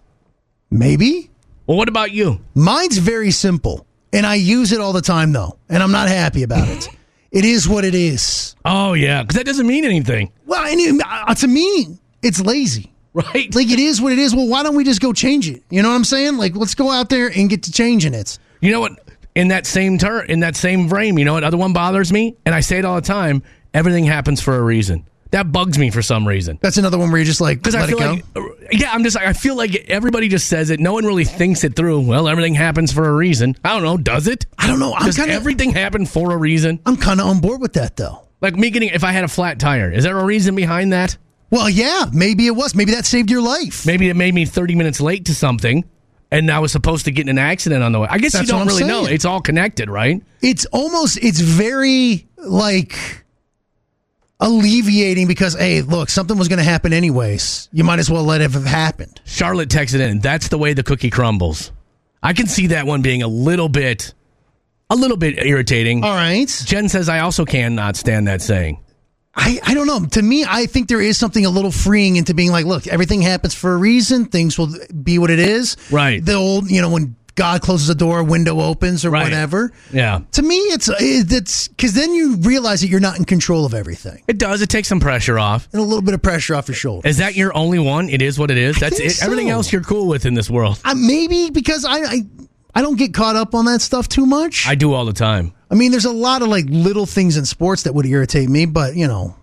Speaker 2: Maybe
Speaker 1: Well, what about you?
Speaker 2: mine's very simple, and I use it all the time though, and I'm not happy about it. it is what it is.
Speaker 1: Oh yeah, because that doesn't mean anything,
Speaker 2: Well, and it, uh, to me, it's lazy.
Speaker 1: right?
Speaker 2: Like it is what it is. Well, why don't we just go change it? You know what I'm saying? Like let's go out there and get to changing it.
Speaker 1: You know what? In that same turn, in that same frame, you know what? Other one bothers me, and I say it all the time. Everything happens for a reason. That bugs me for some reason.
Speaker 2: That's another one where you're just like let
Speaker 1: Because I
Speaker 2: it
Speaker 1: feel
Speaker 2: go.
Speaker 1: like, uh, yeah, I'm just like I feel like everybody just says it. No one really thinks it through. Well, everything happens for a reason. I don't know. Does it?
Speaker 2: I don't know. I'm
Speaker 1: Does
Speaker 2: kind of
Speaker 1: everything happen for a reason?
Speaker 2: I'm kind of on board with that though.
Speaker 1: Like me getting if I had a flat tire, is there a reason behind that?
Speaker 2: Well, yeah, maybe it was. Maybe that saved your life.
Speaker 1: Maybe it made me 30 minutes late to something, and I was supposed to get in an accident on the way. I guess
Speaker 2: That's
Speaker 1: you
Speaker 2: what
Speaker 1: don't
Speaker 2: I'm
Speaker 1: really know.
Speaker 2: saying.
Speaker 1: It's all connected, right?
Speaker 2: it's almost it's very like alleviating because hey look something was going to happen anyways you might as well let it have happened
Speaker 1: Charlotte texted in, that's the way the cookie crumbles. I can see that one being a little bit, a little bit irritating.
Speaker 2: all right
Speaker 1: Jen says, I also cannot stand that saying.
Speaker 2: I, I don't know to me i think there is something a little freeing into being like look everything happens for a reason things will be what it is
Speaker 1: Right.
Speaker 2: the old you know when god closes a door a window opens or
Speaker 1: Right.
Speaker 2: whatever
Speaker 1: Yeah.
Speaker 2: to me it's it- it's because then you realize that you're not in control of everything
Speaker 1: It does. It takes some pressure off.
Speaker 2: and a little bit of pressure off your shoulder
Speaker 1: Is that your only one? It is what it is. That's
Speaker 2: think
Speaker 1: it. Everything
Speaker 2: so.
Speaker 1: else you're cool with in this world.
Speaker 2: I, maybe because I, I I don't get caught up on that stuff too much.
Speaker 1: I do all the time.
Speaker 2: I mean, there's a lot of like little things in sports that would irritate me, but you know,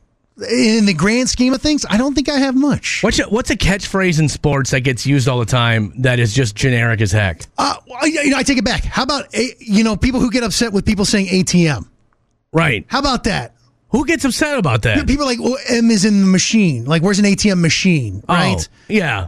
Speaker 2: in the grand scheme of things, I don't think I have much.
Speaker 1: What's a, what's a catchphrase in sports that gets used all the time that is just generic as heck?
Speaker 2: Uh, well, I, you know, I take it back. How about a, you know people who get upset with people saying ATM?
Speaker 1: Right.
Speaker 2: How about that?
Speaker 1: Who gets upset about that?
Speaker 2: People are like well, M is in the machine. Like, where's an ATM machine? Right?
Speaker 1: Oh, yeah.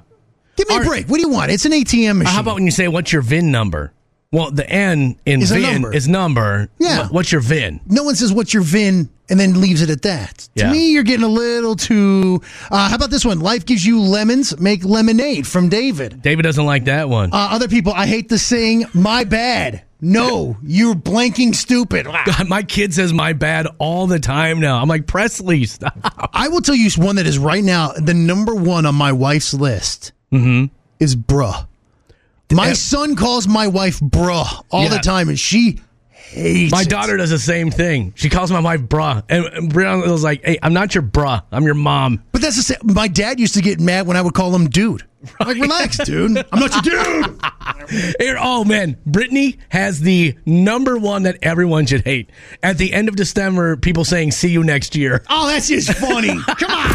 Speaker 2: Give me
Speaker 1: Are-
Speaker 2: a break. What do you want? It's an ATM machine.
Speaker 1: Uh, How about when you say, what's your VIN number? Well, the N in
Speaker 2: Is a
Speaker 1: VIN
Speaker 2: number.
Speaker 1: is number.
Speaker 2: Yeah.
Speaker 1: Wh- What's your VIN?
Speaker 2: No one says what's your VIN and then leaves it at that.
Speaker 1: Yeah.
Speaker 2: To me, you're getting a little too. Uh, how about this one? Life gives you lemons, make lemonade from David.
Speaker 1: David doesn't like that one.
Speaker 2: Uh, other people, I hate to sing. My bad. No, you're blanking stupid.
Speaker 1: God, my kid says my bad all the time now. I'm like, Presley, stop.
Speaker 2: I will tell you one that is right now the number one on my wife's list
Speaker 1: Mm-hmm.
Speaker 2: is bruh. My
Speaker 1: Eh.
Speaker 2: son calls my wife bruh all
Speaker 1: Yeah.
Speaker 2: the time, and she hates
Speaker 1: My
Speaker 2: it.
Speaker 1: daughter does the same thing. She calls my wife bruh. And- And Brianna was like, hey, I'm not your bruh. I'm your mom.
Speaker 2: But that's the same. My dad used to get mad when I would call him dude. I'm Like, relax, dude. I'm not your dude.
Speaker 1: Here- oh, man. Brittany has the number one that everyone should hate. At the end of December, people saying, see you next year.
Speaker 2: Oh, that's just funny. Come on.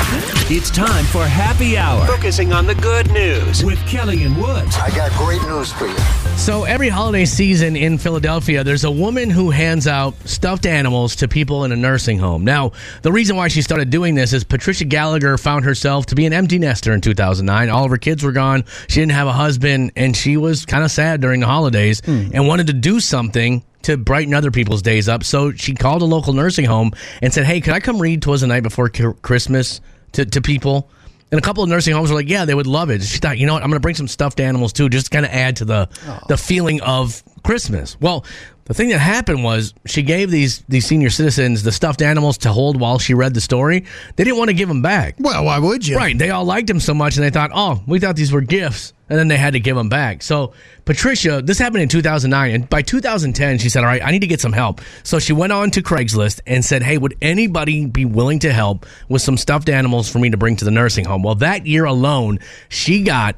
Speaker 7: It's time for happy hour. Focusing on the good news with Kelly and Woods.
Speaker 10: I got great news for you.
Speaker 1: So every holiday season in Philadelphia, there's a woman who hands out stuffed animals to people in a nursing home. Now, the reason why she started doing this is Patricia Gallagher found herself to be an empty nester in 2009. All of her kids were gone. She didn't have a husband, and she was kind of sad during the holidays and wanted to do something to brighten other people's days up. So she called a local nursing home and said, "Hey, could I come read Twas the Night Before Ki- Christmas to, to people?" And a couple of nursing homes were like, yeah, they would love it. She thought, you know what, I'm going to bring some stuffed animals too, just to kind of add to the the feeling of Christmas. Well, the thing that happened was she gave these these senior citizens the stuffed animals to hold while she read the story. They didn't want to give them back.
Speaker 2: Well, why would you?
Speaker 1: Right. They all liked him so much and they thought, oh, we thought these were gifts. And then they had to give them back. So, Patricia, this happened in 2009. And by 2010, she said, all right, I need to get some help. So she went on to Craigslist and said, hey, would anybody be willing to help with some stuffed animals for me to bring to the nursing home? Well, that year alone, she got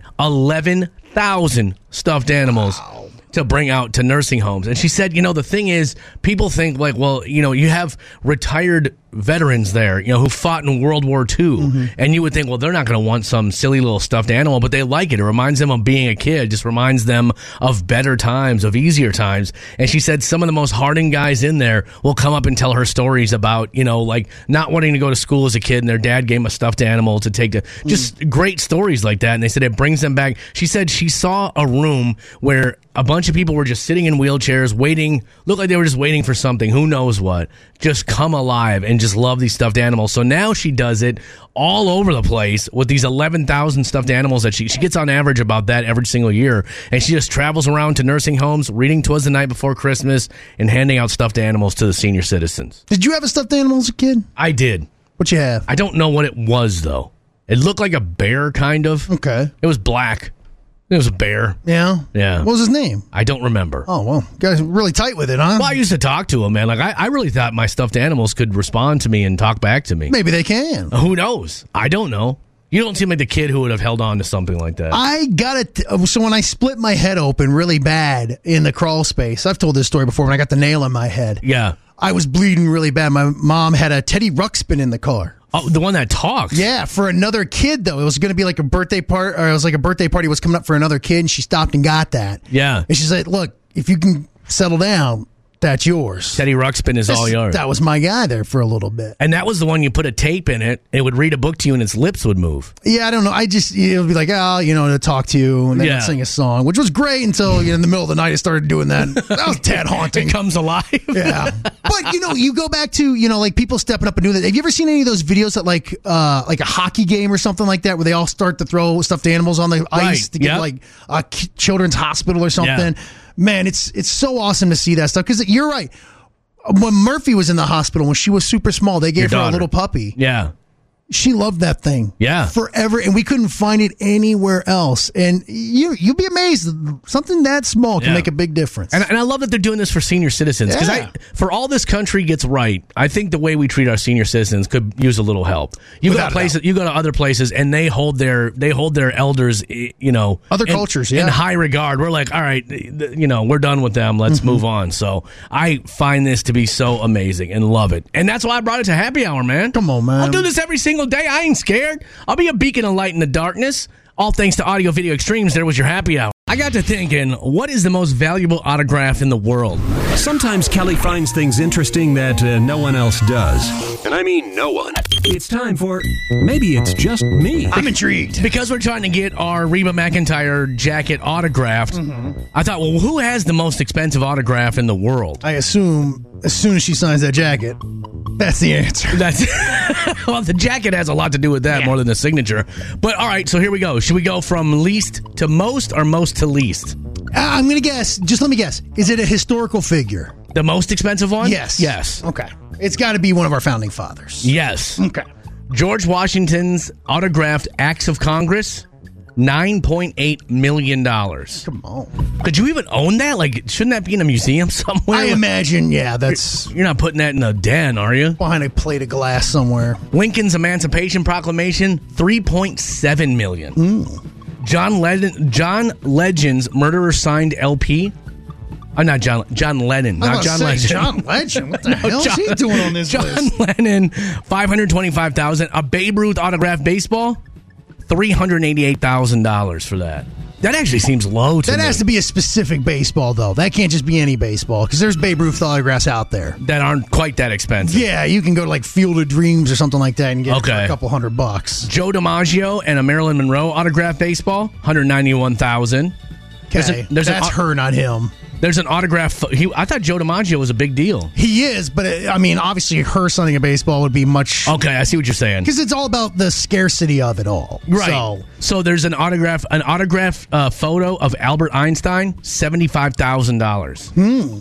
Speaker 1: 11,000 stuffed animals to bring out to nursing homes. And she said, you know, the thing is, people think like, well, you know, you have retired veterans there, you know, who fought in World War II. And you would think, well, they're not going to want some silly little stuffed animal, but they like it. It reminds them of being a kid, just reminds them of better times, of easier times. And she said some of the most hardened guys in there will come up and tell her stories about, you know, like not wanting to go to school as a kid and their dad gave them a stuffed animal to take to just great stories like that. And they said it brings them back. She said she saw a room where a bunch of people were just sitting in wheelchairs waiting, looked like they were just waiting for something, who knows what, just come alive and just love these stuffed animals. So now she does it all over the place with these 11,000 stuffed animals that she, she gets on average about that every single year. And she just travels around to nursing homes, reading Twas the Night Before Christmas and handing out stuffed animals to the senior citizens.
Speaker 2: Did you have a stuffed animal as a kid?
Speaker 1: I did.
Speaker 2: What you have?
Speaker 1: I don't know what it was though. It looked like a bear kind of.
Speaker 2: Okay.
Speaker 1: It was black. It was a bear.
Speaker 2: Yeah.
Speaker 1: Yeah.
Speaker 2: What was his name?
Speaker 1: I don't remember.
Speaker 2: Oh well, guys, really tight with it, huh?
Speaker 1: Well, I used to talk to him, man. Like I, I really thought my stuffed animals could respond to me and talk back to me.
Speaker 2: Maybe they can.
Speaker 1: Who knows? I don't know. You don't seem like the kid who would have held on to something like that.
Speaker 2: I got it. So when I split my head open really bad in the crawl space, I've told this story before. When I got the nail in my head,
Speaker 1: yeah.
Speaker 2: I was bleeding really bad. My mom had a Teddy Ruxpin in the car.
Speaker 1: Oh, the one that talks.
Speaker 2: Yeah, for another kid though. It was going to be like a birthday part, or it was like a birthday party was coming up for another kid, and she stopped and got that.
Speaker 1: Yeah.
Speaker 2: And she said, "Look, if you can settle down, that's yours.
Speaker 1: Teddy Ruxpin is all
Speaker 2: This-
Speaker 1: yours.
Speaker 2: That was my guy there for a little bit.
Speaker 1: and that was the one you put a tape in it. It would read a book to you, and its lips would move.
Speaker 2: Yeah, I don't know. I just it'll be like, oh, you know, to talk to you and then
Speaker 1: Yeah.
Speaker 2: sing a song, which was great until you know, in the middle of the night I started doing that. That was tad haunting.
Speaker 1: It comes alive.
Speaker 2: yeah, but you know, you go back to you know, like people stepping up and doing that. Have you ever seen any of those videos that like uh like a hockey game or something like that where they all start to throw stuffed animals on the ice to get
Speaker 1: yep.
Speaker 2: like a ki- children's hospital or something?
Speaker 1: Yeah.
Speaker 2: Man, it's it's so awesome to see that stuff because you're right. When Murphy was in the hospital when she was super small, they
Speaker 1: Your
Speaker 2: gave her a
Speaker 1: daughter.
Speaker 2: little puppy
Speaker 1: yeah.
Speaker 2: she loved that thing.
Speaker 1: Yeah.
Speaker 2: Forever. And we couldn't find it anywhere else. And you you'd be amazed. Something that small can
Speaker 1: Yeah.
Speaker 2: make a big difference.
Speaker 1: And, and I love that they're doing this for senior citizens because
Speaker 2: Yeah.
Speaker 1: I, for all this country gets right, I think the way we treat our senior citizens could use a little help. You go
Speaker 2: Without
Speaker 1: to
Speaker 2: a
Speaker 1: places, you go to other places, and they hold their they hold their elders, eh, you know,
Speaker 2: Other
Speaker 1: in-
Speaker 2: cultures,
Speaker 1: in
Speaker 2: yeah.
Speaker 1: high regard. We're like, all right, th- th- you know, we're done with them. Let's
Speaker 2: Mm-hmm.
Speaker 1: move on. So I find this to be so amazing and love it, and that's why I brought it to Happy Hour, man.
Speaker 2: Come on, man.
Speaker 1: I'll do this every single day. I ain't scared. I'll be a beacon of light in the darkness. All thanks to Audio Video Extremes. There was your Happy Hour. I got to thinking, what is the most valuable autograph in the world?
Speaker 7: Sometimes Kelly finds things interesting that uh, no one else does. And I mean no one. It's time for Maybe It's Just Me.
Speaker 2: I'm intrigued.
Speaker 1: Because we're trying to get our Reba McIntyre jacket autographed,
Speaker 2: Mm-hmm.
Speaker 1: I thought, well, who has the most expensive autograph in the world?
Speaker 2: I assume as soon as she signs that jacket, that's the answer.
Speaker 1: That's well, the jacket has a lot to do with that more than the signature. But all right, so here we go. Should we go from least to most or most to least?
Speaker 2: Ah, I'm gonna guess. Just let me guess. Is it a historical figure?
Speaker 1: The most expensive one?
Speaker 2: Yes.
Speaker 1: Yes.
Speaker 2: Okay. It's got to be one of our founding fathers.
Speaker 1: Yes.
Speaker 2: Okay.
Speaker 1: George Washington's autographed Acts of Congress, $9.8 million.
Speaker 2: Come on.
Speaker 1: Could you even own that? Like, shouldn't that be in a museum somewhere?
Speaker 2: I imagine. Yeah, that's
Speaker 1: You're not putting that in a den, are you?
Speaker 2: behind a plate of glass somewhere.
Speaker 1: Lincoln's Emancipation Proclamation, 3.7 million. John Lennon, John Legend's Murderer Signed LP. I'm not John. John Lennon,
Speaker 2: I
Speaker 1: not
Speaker 2: was
Speaker 1: John
Speaker 2: about to
Speaker 1: Legend.
Speaker 2: say, John Legend. What the hell is he
Speaker 1: John-
Speaker 2: doing on this
Speaker 1: John
Speaker 2: list?
Speaker 1: Lennon, five hundred twenty-five thousand. A Babe Ruth autographed baseball, three hundred eighty-eight thousand dollars for that. That actually seems low to
Speaker 2: That
Speaker 1: me.
Speaker 2: has to be a specific baseball, though. That can't just be any baseball because there's Babe Ruth autographs out there.
Speaker 1: that aren't quite that expensive.
Speaker 2: Yeah, you can go to like Field of Dreams or something like that and get it for
Speaker 1: Okay.
Speaker 2: a couple hundred bucks.
Speaker 1: Joe DiMaggio and a Marilyn Monroe autographed baseball, hundred ninety-one thousand. There's
Speaker 2: Okay,
Speaker 1: a- there's an
Speaker 2: that's
Speaker 1: au-
Speaker 2: her, not him.
Speaker 1: There's an autograph. pho- He, I thought Joe DiMaggio was a big deal.
Speaker 2: He is, but uh, I mean, obviously, her signing a baseball would be much
Speaker 1: Okay, I see what you're saying.
Speaker 2: because it's all about the scarcity of it all.
Speaker 1: Right. So,
Speaker 2: So,
Speaker 1: there's an autograph, an autograph uh, photo of Albert Einstein, seventy-five thousand dollars. Hmm.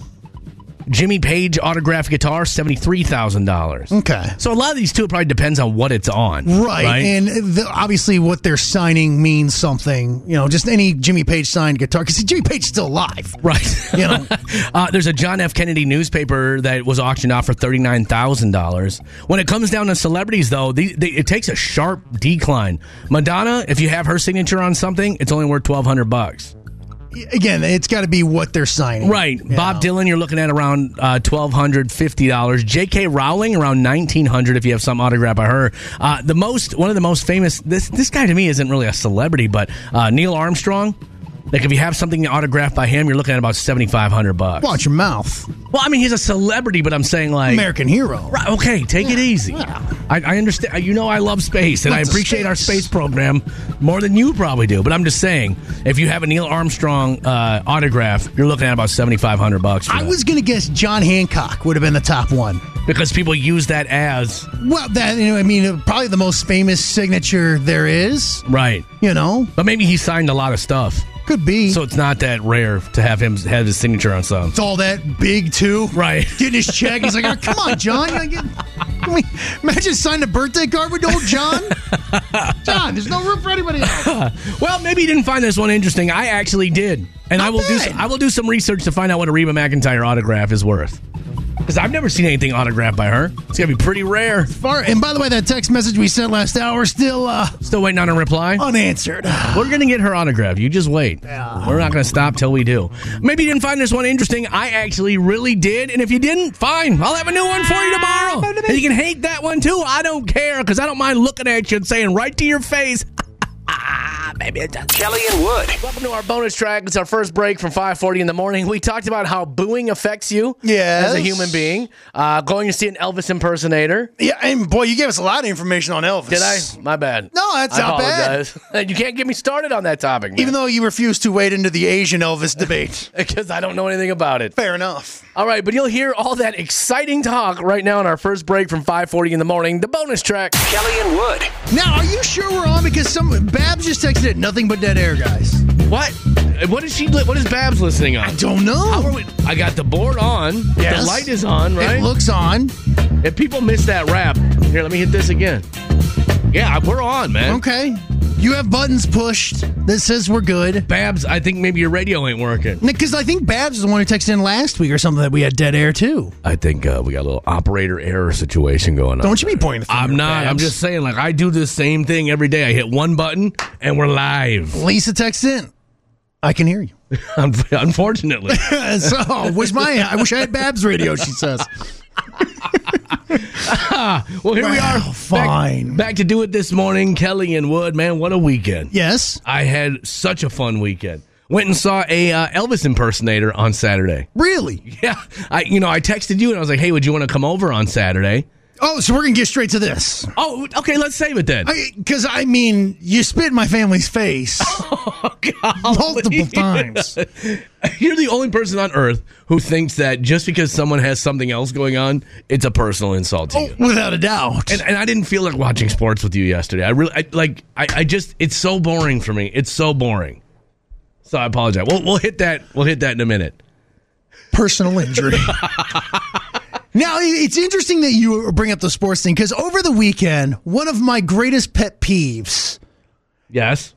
Speaker 1: Jimmy Page autographed guitar, seventy-three thousand dollars.
Speaker 2: okay.
Speaker 1: So a lot of these too, it probably depends on what it's on.
Speaker 2: Hmm. Right. And the, obviously, what they're signing means something. You know, just any Jimmy Page signed guitar because Jimmy Page's still alive.
Speaker 1: right.
Speaker 2: You know,
Speaker 1: uh, there's a John F. Kennedy newspaper that was auctioned off for thirty-nine thousand dollars. When it comes down to celebrities, though, the they, it takes a sharp decline. Madonna, if you have her signature on something, it's only worth twelve hundred bucks.
Speaker 2: again, it's got to be what they're signing.
Speaker 1: Right.
Speaker 2: you
Speaker 1: Bob
Speaker 2: know.
Speaker 1: Dylan, you're looking at around uh, $1,250. J.K. Rowling, around 1900 if you have some autograph by her. Uh, the most, one of the most famous, this, this guy to me isn't really a celebrity, but uh, Neil Armstrong. Like if you have something autographed by him, you're looking at about seventy five hundred bucks.
Speaker 2: Watch your mouth.
Speaker 1: Well, I mean he's a celebrity, but I'm saying like,
Speaker 2: American hero.
Speaker 1: Right, okay, take it easy. I, I understand. You know I love space, and I
Speaker 2: Lots of
Speaker 1: appreciate our
Speaker 2: space.
Speaker 1: space program more than you probably do. But I'm just saying, if you have a Neil Armstrong uh, autograph, you're looking at about seventy five hundred bucks. for
Speaker 2: I
Speaker 1: that.
Speaker 2: was going to guess John Hancock would have been the top one.
Speaker 1: because people use that as
Speaker 2: Well, that, you know, I mean, probably the most famous signature there is,
Speaker 1: right.
Speaker 2: you know,
Speaker 1: But maybe he signed a lot of stuff,
Speaker 2: could be.
Speaker 1: so
Speaker 2: So
Speaker 1: it's not that rare to have him have his signature on some.
Speaker 2: it's all that big, too.
Speaker 1: Right.
Speaker 2: Getting his check. He's like, oh, come on, John. I get, I mean, imagine signing a birthday card with old John. John, there's no room for anybody else.
Speaker 1: Well, maybe you didn't find this one interesting. I actually did, and I will do.
Speaker 2: bad.
Speaker 1: Some, I will do some research to find out what a Reba McIntyre autograph is worth, because I've never seen anything autographed by her. It's gonna be pretty rare.
Speaker 2: Far, and by the way, that text message we sent last hour still uh,
Speaker 1: Still waiting on a reply.
Speaker 2: unanswered.
Speaker 1: We're gonna get her autograph. You just wait. We're not gonna stop till we do. Maybe you didn't find this one interesting. I actually really did. And if you didn't, fine. I'll have a new one for you tomorrow. And you can hate that one too. I don't care because I don't mind looking at you and saying right to your face. Maybe it does.
Speaker 7: Kelly and Wood.
Speaker 1: Welcome to our bonus track. It's our first break from 5:40 in the morning. We talked about how booing affects you
Speaker 2: Yes.
Speaker 1: as a human being. Uh, going to see an Elvis impersonator.
Speaker 2: Yeah, and boy, you gave us a lot of information on Elvis.
Speaker 1: Did I? My bad.
Speaker 2: No, that's
Speaker 1: I
Speaker 2: not bad.
Speaker 1: apologize. You can't get me started on that topic, man.
Speaker 2: Even though you refused to wade into the Asian Elvis debate.
Speaker 1: because I don't know anything about it.
Speaker 2: Fair enough.
Speaker 1: All right, but you'll hear all that exciting talk right now in our first break from 5:40 in the morning. The bonus track.
Speaker 7: Kelly and Wood.
Speaker 2: Now, are you sure we're on? Because some Babs just texted it, nothing but dead air, guys.
Speaker 1: What? What is she? li- What is Babs listening on?
Speaker 2: Don't
Speaker 1: How are
Speaker 2: know.
Speaker 1: we- I got the board on.
Speaker 2: Yes.
Speaker 1: The light is on, right?
Speaker 2: It looks on.
Speaker 1: if people miss that rap, here, let me hit this again. Yeah, we're on, man.
Speaker 2: Okay. You have buttons pushed that says we're good.
Speaker 1: Babs, I think maybe your radio ain't working.
Speaker 2: Because I think Babs is the one who texted in last week or something that we had dead air too.
Speaker 1: I think uh, we got a little operator error situation going on.
Speaker 2: Don't you be pointing the finger
Speaker 1: I'm
Speaker 2: at
Speaker 1: not. I'm
Speaker 2: Babs.
Speaker 1: just saying, like, I do the same thing every day. I hit one button and we're live.
Speaker 2: Lisa texted in. I can hear you.
Speaker 1: Un- Unfortunately.
Speaker 2: so wish my I wish I had Babs radio. She says.
Speaker 1: Well, here we
Speaker 2: Well,
Speaker 1: are. Back,
Speaker 2: fine.
Speaker 1: back to do it this morning. Kelly and Wood, man, what a weekend.
Speaker 2: Yes.
Speaker 1: I had such a fun weekend. went and saw a uh, Elvis impersonator on Saturday.
Speaker 2: Really?
Speaker 1: Yeah, I you know I texted you and I was like, hey, would you want to come over on Saturday?
Speaker 2: Oh, so we're gonna get straight to this.
Speaker 1: Oh, okay, let's save it then.
Speaker 2: Because I, mean, you spit in my family's face
Speaker 1: Oh,
Speaker 2: multiple times.
Speaker 1: You're the only person on earth who thinks that just because someone has something else going on, it's a personal insult to
Speaker 2: Oh,
Speaker 1: you.
Speaker 2: without a doubt.
Speaker 1: And, and I didn't feel like watching sports with you yesterday. I really I, like. I, I just it's so boring for me. It's so boring. So I apologize. We'll we'll hit that. We'll hit that in a minute.
Speaker 2: personal injury. now, it- it's interesting that you bring up the sports thing because over the weekend, one of my greatest pet peeves
Speaker 1: Yes.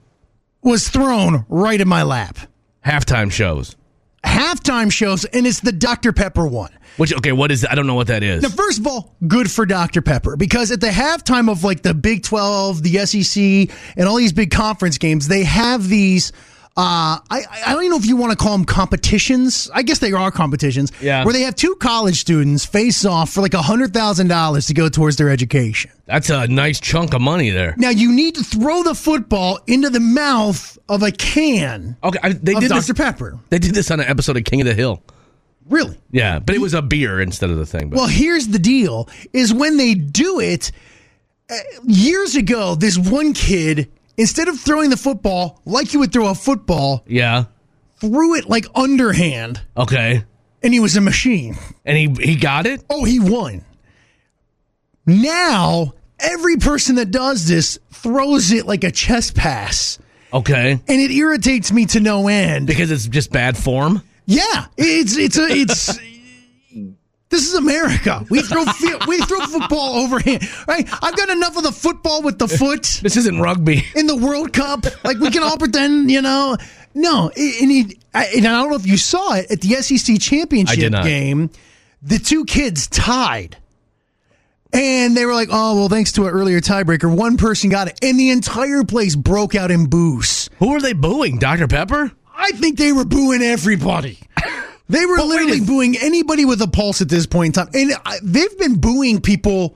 Speaker 2: was thrown right in my lap.
Speaker 1: Halftime shows.
Speaker 2: Halftime shows, and it's the Dr. Pepper one.
Speaker 1: Which okay, what is? I don't know what that is.
Speaker 2: Now, first of all, good for Dr. Pepper because at the halftime of like the Big 12, the SEC, and all these big conference games, they have these. Uh, I, I don't even know if you want to call them competitions. I guess they are competitions.
Speaker 1: Yeah.
Speaker 2: Where they have two college students face off for like $100,000 to go towards their education.
Speaker 1: That's a nice chunk of money there.
Speaker 2: Now, you need to throw the football into the mouth of a can
Speaker 1: Okay, I, they
Speaker 2: of
Speaker 1: did this.
Speaker 2: Dr. Pepper.
Speaker 1: They did this on an episode of King of the Hill.
Speaker 2: Really?
Speaker 1: Yeah, but it was a beer instead of the thing. But
Speaker 2: Well, here's the deal: is when they do it. uh, years ago, this one kid, instead of throwing the football like you would throw a football,
Speaker 1: yeah,
Speaker 2: threw it like underhand,
Speaker 1: okay,
Speaker 2: and he was a machine.
Speaker 1: and he he got it.
Speaker 2: Oh, he won. Now every person that does this throws it like a chess pass,
Speaker 1: Okay,
Speaker 2: and it irritates me to no end.
Speaker 1: because it's just bad form.
Speaker 2: Yeah, it's it's a it's. This is America. We throw fi- we throw football overhand. Right? I've got enough of the football with the foot
Speaker 1: This isn't rugby.
Speaker 2: in the World Cup. Like we can all pretend, you know. No, i- and, he, I, and I don't know if you saw it at the SEC championship
Speaker 1: not.
Speaker 2: game. The two kids tied, and they were like, "Oh well, thanks to an earlier tiebreaker, one person got it," and the entire place broke out in boos.
Speaker 1: Who are they booing? Dr. Pepper?
Speaker 2: I think they were booing everybody. They were
Speaker 1: But wait
Speaker 2: literally
Speaker 1: a-
Speaker 2: booing anybody with a pulse at this point in time. And I, they've been booing people.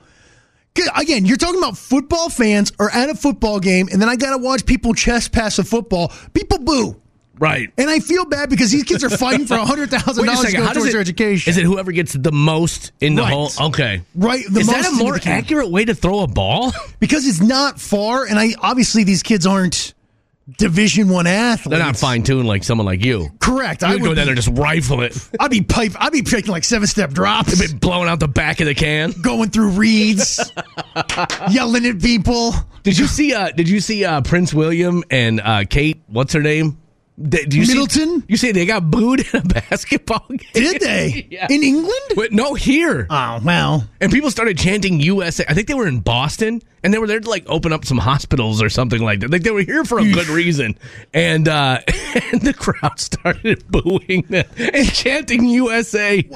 Speaker 2: 'Cause, Again, you're talking about football fans are at a football game, and then I got to watch people chest pass a football. People boo.
Speaker 1: Right.
Speaker 2: And I feel bad because these kids are fighting for $100,000
Speaker 1: Wait a
Speaker 2: to
Speaker 1: second,
Speaker 2: go
Speaker 1: how does
Speaker 2: towards
Speaker 1: it-
Speaker 2: their education.
Speaker 1: Is it whoever gets the most in the
Speaker 2: Right.
Speaker 1: whole? Okay.
Speaker 2: Right, the
Speaker 1: is
Speaker 2: most
Speaker 1: that a
Speaker 2: in the
Speaker 1: more
Speaker 2: beginning.
Speaker 1: accurate way to throw a ball?
Speaker 2: because it's not far, and I obviously these kids aren't Division One athletes.
Speaker 1: They're not fine tuned like someone like you.
Speaker 2: Correct.
Speaker 1: I
Speaker 2: I
Speaker 1: would go
Speaker 2: would
Speaker 1: down there
Speaker 2: be,
Speaker 1: and just rifle it,
Speaker 2: I'd be pipe. I'd be taking like seven step drops.
Speaker 1: blowing out the back of the can.
Speaker 2: going through reeds, yelling at people.
Speaker 1: Did you see? Uh, did you see uh, Prince William and uh, Kate? What's her name? Did, do you see-
Speaker 2: Middleton?
Speaker 1: you say they got booed in a basketball game?
Speaker 2: Did they?
Speaker 1: Yeah.
Speaker 2: In England?
Speaker 1: But no, here.
Speaker 2: Oh, well.
Speaker 1: And people started chanting USA. I think they were in Boston and they were there to like open up some hospitals or something like that. Like they were here for a good reason. And uh and the crowd started booing them and chanting USA.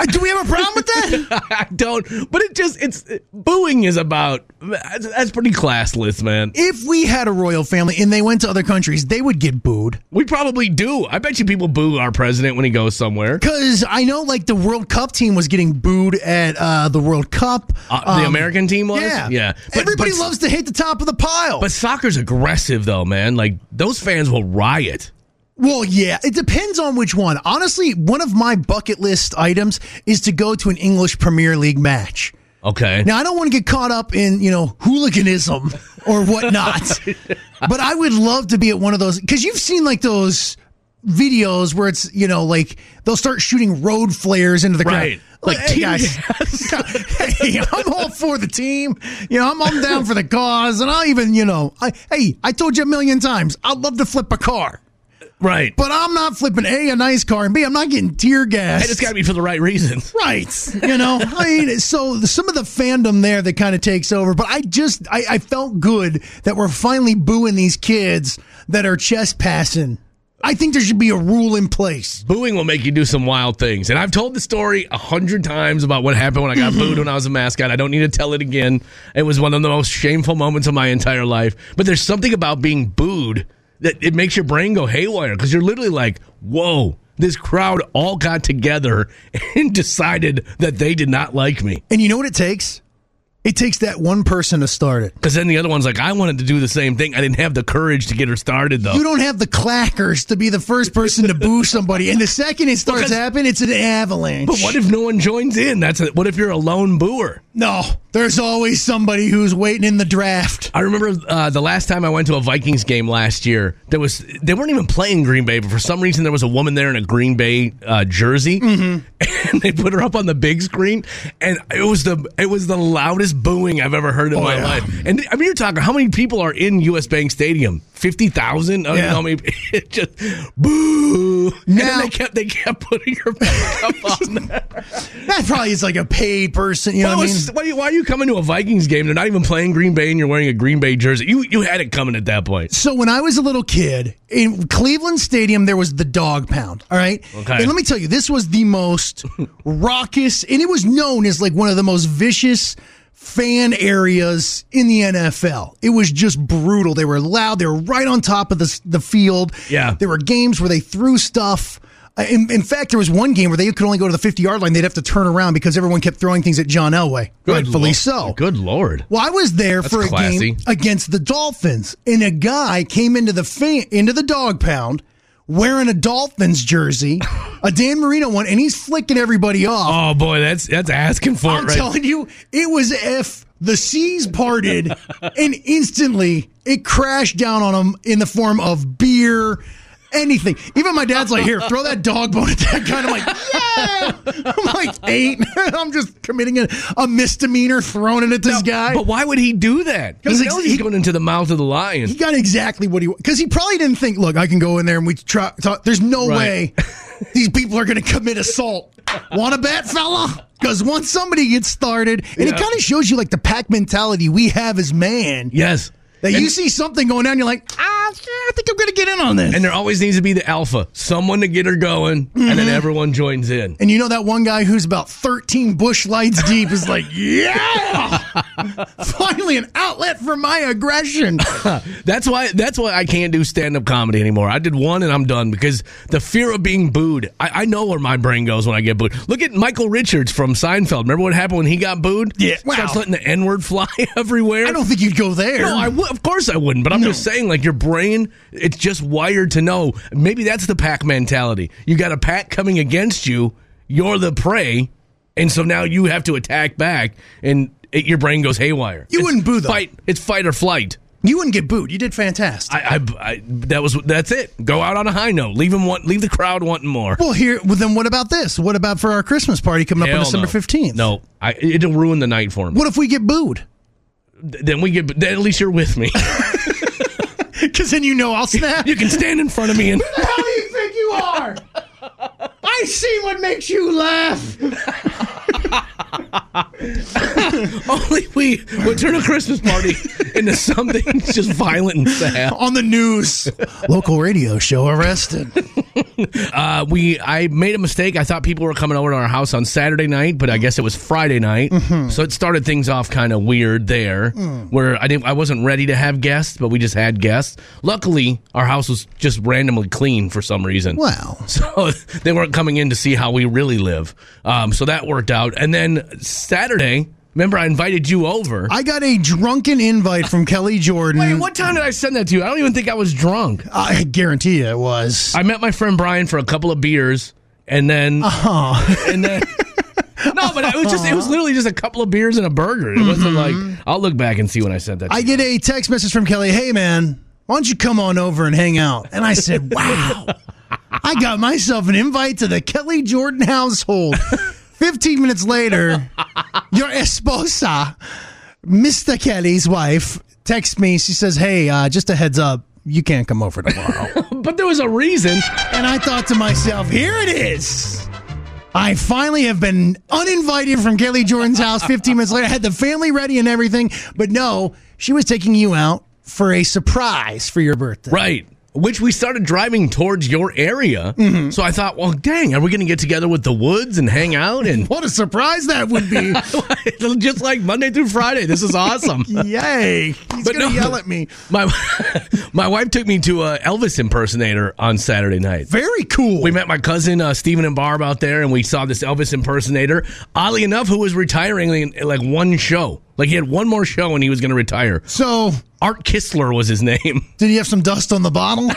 Speaker 2: Uh, Do we have a problem with that?
Speaker 1: I don't but it just it's booing is about that's that's pretty classless, man.
Speaker 2: if we had a royal family and they went to other countries, they would get booed.
Speaker 1: We probably do. I bet you people boo our president when he goes somewhere.
Speaker 2: Because I know, like, the World Cup team was getting booed at uh, the World Cup.
Speaker 1: Uh, the
Speaker 2: Um,
Speaker 1: American team was?
Speaker 2: Yeah.
Speaker 1: Yeah.
Speaker 2: Everybody
Speaker 1: but,
Speaker 2: loves to hit the top of the pile.
Speaker 1: But soccer's aggressive though, man. Like those fans will riot.
Speaker 2: Well, yeah, it depends on which one. Honestly, one of my bucket list items is to go to an English Premier League match.
Speaker 1: Okay.
Speaker 2: Now, I don't want to get caught up in, you know, hooliganism or whatnot, but I would love to be at one of those because you've seen like those videos where it's, you know, like they'll start shooting road flares into the ground.
Speaker 1: Right. Like
Speaker 2: hey,
Speaker 1: tear
Speaker 2: guys. hey, I'm all for the team. You know, I'm, I'm down for the cause. And I'll even, you know, I, hey, I told you a million times, I'd love to flip a car,
Speaker 1: Right.
Speaker 2: but I'm not flipping A, a nice car, and B, I'm not getting tear gas.
Speaker 1: And it's got to be for the right reasons.
Speaker 2: Right. You know, I mean, so some of the fandom there that kind of takes over, but I just, I, I felt good that we're finally booing these kids that are chest passing. I think there should be a rule in place.
Speaker 1: Booing will make you do some wild things. And I've told the story a hundred times about what happened when I got booed when I was a mascot. I don't need to tell it again. It was one of the most shameful moments of my entire life. But there's something about being booed that it makes your brain go haywire because you're literally like, whoa, this crowd all got together and decided that they did not like me.
Speaker 2: And you know what it takes? It takes that one person to start it.
Speaker 1: Because then the other one's like, I wanted to do the same thing. I didn't have the courage to get her started, though.
Speaker 2: You don't have the clackers to be the first person to boo somebody, and the second it starts
Speaker 1: Because-
Speaker 2: happening, it's an avalanche.
Speaker 1: but what if no one joins in? That's a, what if you're a lone booer?
Speaker 2: No, there's always somebody who's waiting in the draft.
Speaker 1: I remember uh, the last time I went to a Vikings game last year. There was they weren't even playing Green Bay, but for some reason there was a woman there in a Green Bay uh, jersey,
Speaker 2: Mm-hmm.
Speaker 1: and they put her up on the big screen, and it was the it was the loudest booing I've ever heard in my
Speaker 2: Oh, yeah.
Speaker 1: life. And I mean, you're talking how many people are in U.S. Bank Stadium? Fifty thousand? I don't
Speaker 2: Yeah.
Speaker 1: know. Maybe it just boo. and then
Speaker 2: Now-
Speaker 1: they kept they kept putting her back up on that.
Speaker 2: That probably is like a paid person. You know
Speaker 1: Why,
Speaker 2: what I mean?
Speaker 1: was- why, are you- why are you coming to a Vikings game? They're not even playing Green Bay, and you're wearing a Green Bay jersey. You you had it coming at that point.
Speaker 2: So when I was a little kid in Cleveland Stadium, there was the dog pound. All right.
Speaker 1: Okay.
Speaker 2: And let me tell you, this was the most raucous, and it was known as like one of the most vicious fan areas in the NFL. It was just brutal. They were loud. They were right on top of the s- the field.
Speaker 1: Yeah.
Speaker 2: There were games where they threw stuff. Uh, In, in fact, there was one game where they could only go to the 50 yard line. They'd have to turn around because everyone kept throwing things at John Elway. rightfully
Speaker 1: lo-
Speaker 2: so.
Speaker 1: Good lord.
Speaker 2: Well, I was there for a
Speaker 1: classy.
Speaker 2: game against the Dolphins, and a guy came into the fan, into the dog pound wearing a Dolphins jersey, a Dan Marino one, and he's flicking everybody off.
Speaker 1: Oh boy, that's that's asking for
Speaker 2: I'm
Speaker 1: it, Oh, right?
Speaker 2: telling you, it was if the seas parted, and instantly it crashed down on him in the form of beer. Anything. Even my dad's like, here, throw that dog bone at that guy. And I'm like, yeah. I'm like eight. I'm just committing a, a misdemeanor, throwing it at this guy.
Speaker 1: but why would he do that? He
Speaker 2: Because
Speaker 1: knows
Speaker 2: it's-
Speaker 1: he's
Speaker 2: he-
Speaker 1: going into the mouth of the lion.
Speaker 2: he got exactly what he because he probably didn't think. Look, I can go in there and we try. Talk, there's no
Speaker 1: Right.
Speaker 2: way these people are going to commit assault. Want to bet, fella? Because once somebody gets started, and it
Speaker 1: Yeah.
Speaker 2: kind of shows you like the pack mentality we have as man.
Speaker 1: yes.
Speaker 2: That you see something going down, you're like, ah, yeah, I think I'm going to get in on this.
Speaker 1: And there always needs to be the alpha, someone to get her going, and
Speaker 2: Mm-hmm.
Speaker 1: then everyone joins in.
Speaker 2: And you know that one guy who's about 13 bush lights deep is like, yeah, finally an outlet for my aggression.
Speaker 1: That's why that's why I can't do stand up comedy anymore. I did one and I'm done because the fear of being booed. I, I know where my brain goes when I get booed. Look at Michael Richards from Seinfeld. Remember what happened when he got booed?
Speaker 2: Yeah.
Speaker 1: Starts
Speaker 2: Wow.
Speaker 1: letting the N word fly everywhere.
Speaker 2: I don't think you'd go there.
Speaker 1: No, I w- of course I wouldn't. But I'm just saying, like your brain, it's just wired to know. Maybe that's the pack mentality. You got a pack coming against you. You're the prey, and so now you have to attack back, and it, your brain goes haywire.
Speaker 2: You
Speaker 1: It's
Speaker 2: wouldn't boo, though.
Speaker 1: Fight. It's fight or flight.
Speaker 2: you wouldn't get booed. You did fantastic.
Speaker 1: I, I, I that was that's it. Go out on a high note. Leave him want. Leave the crowd wanting more.
Speaker 2: Well, here. Well, then what about this? What about for our Christmas party coming up
Speaker 1: Hell
Speaker 2: on December
Speaker 1: no.
Speaker 2: fifteenth?
Speaker 1: No, I, it'll ruin the night for me.
Speaker 2: What if we get booed?
Speaker 1: Then we get. Then at least you're with me.
Speaker 2: Because then you know I'll snap.
Speaker 1: you can stand in front of me and.
Speaker 2: How do you think you are? I see what makes you laugh.
Speaker 1: Only we would turn a Christmas party into something just violent and sad.
Speaker 2: On the news, local radio show arrested.
Speaker 1: Uh, we, I made a mistake. I thought people were coming over to our house on Saturday night, but I guess it was Friday night. So it started things off kind of weird there, where I didn't, I wasn't ready to have guests, but we just had guests. Luckily, our house was just randomly clean for some reason.
Speaker 2: Wow.
Speaker 1: So they weren't coming in to see how we really live. Um, so that worked out. And then Saturday, remember I invited you over.
Speaker 2: I got a drunken invite from Kelly Jordan.
Speaker 1: Wait, what time did I send that to you? I don't even think I was drunk.
Speaker 2: I guarantee you it was.
Speaker 1: I met my friend Brian for a couple of beers, and then
Speaker 2: Uh-huh.
Speaker 1: and then no, but it was just it was literally just a couple of beers and a burger. It wasn't like I'll look back and see when I sent that. To
Speaker 2: Mm-hmm. I
Speaker 1: you.
Speaker 2: get a text message from Kelly, hey man, why don't you come on over and hang out? And I said, wow, I got myself an invite to the Kelly Jordan household. 15 minutes later, your esposa, Mr. Kelly's wife, texts me. She says, hey, uh, just a heads up, you can't come over tomorrow.
Speaker 1: but there was a reason.
Speaker 2: and I thought to myself, here it is. I finally have been uninvited from Kelly Jordan's house 15 minutes later. I had the family ready and everything, but no, she was taking you out for a surprise for your birthday.
Speaker 1: Right. Which we started driving towards your area.
Speaker 2: Mm-hmm.
Speaker 1: So I thought, well, dang, are we going to get together with the woods and hang out? And
Speaker 2: What a surprise that would be.
Speaker 1: just like Monday through Friday, this is awesome.
Speaker 2: Yay. He's
Speaker 1: But
Speaker 2: going to
Speaker 1: no.
Speaker 2: yell at me.
Speaker 1: my, my wife took me to a Elvis impersonator on Saturday night.
Speaker 2: Very cool.
Speaker 1: We met my cousin uh, Stephen and Barb out there, and we saw this Elvis impersonator. Oddly enough, who was retiring in, in, like one show. Like he had one more show and he was going to retire.
Speaker 2: So,
Speaker 1: Art Kistler was his name.
Speaker 2: did he have some dust on the bottle?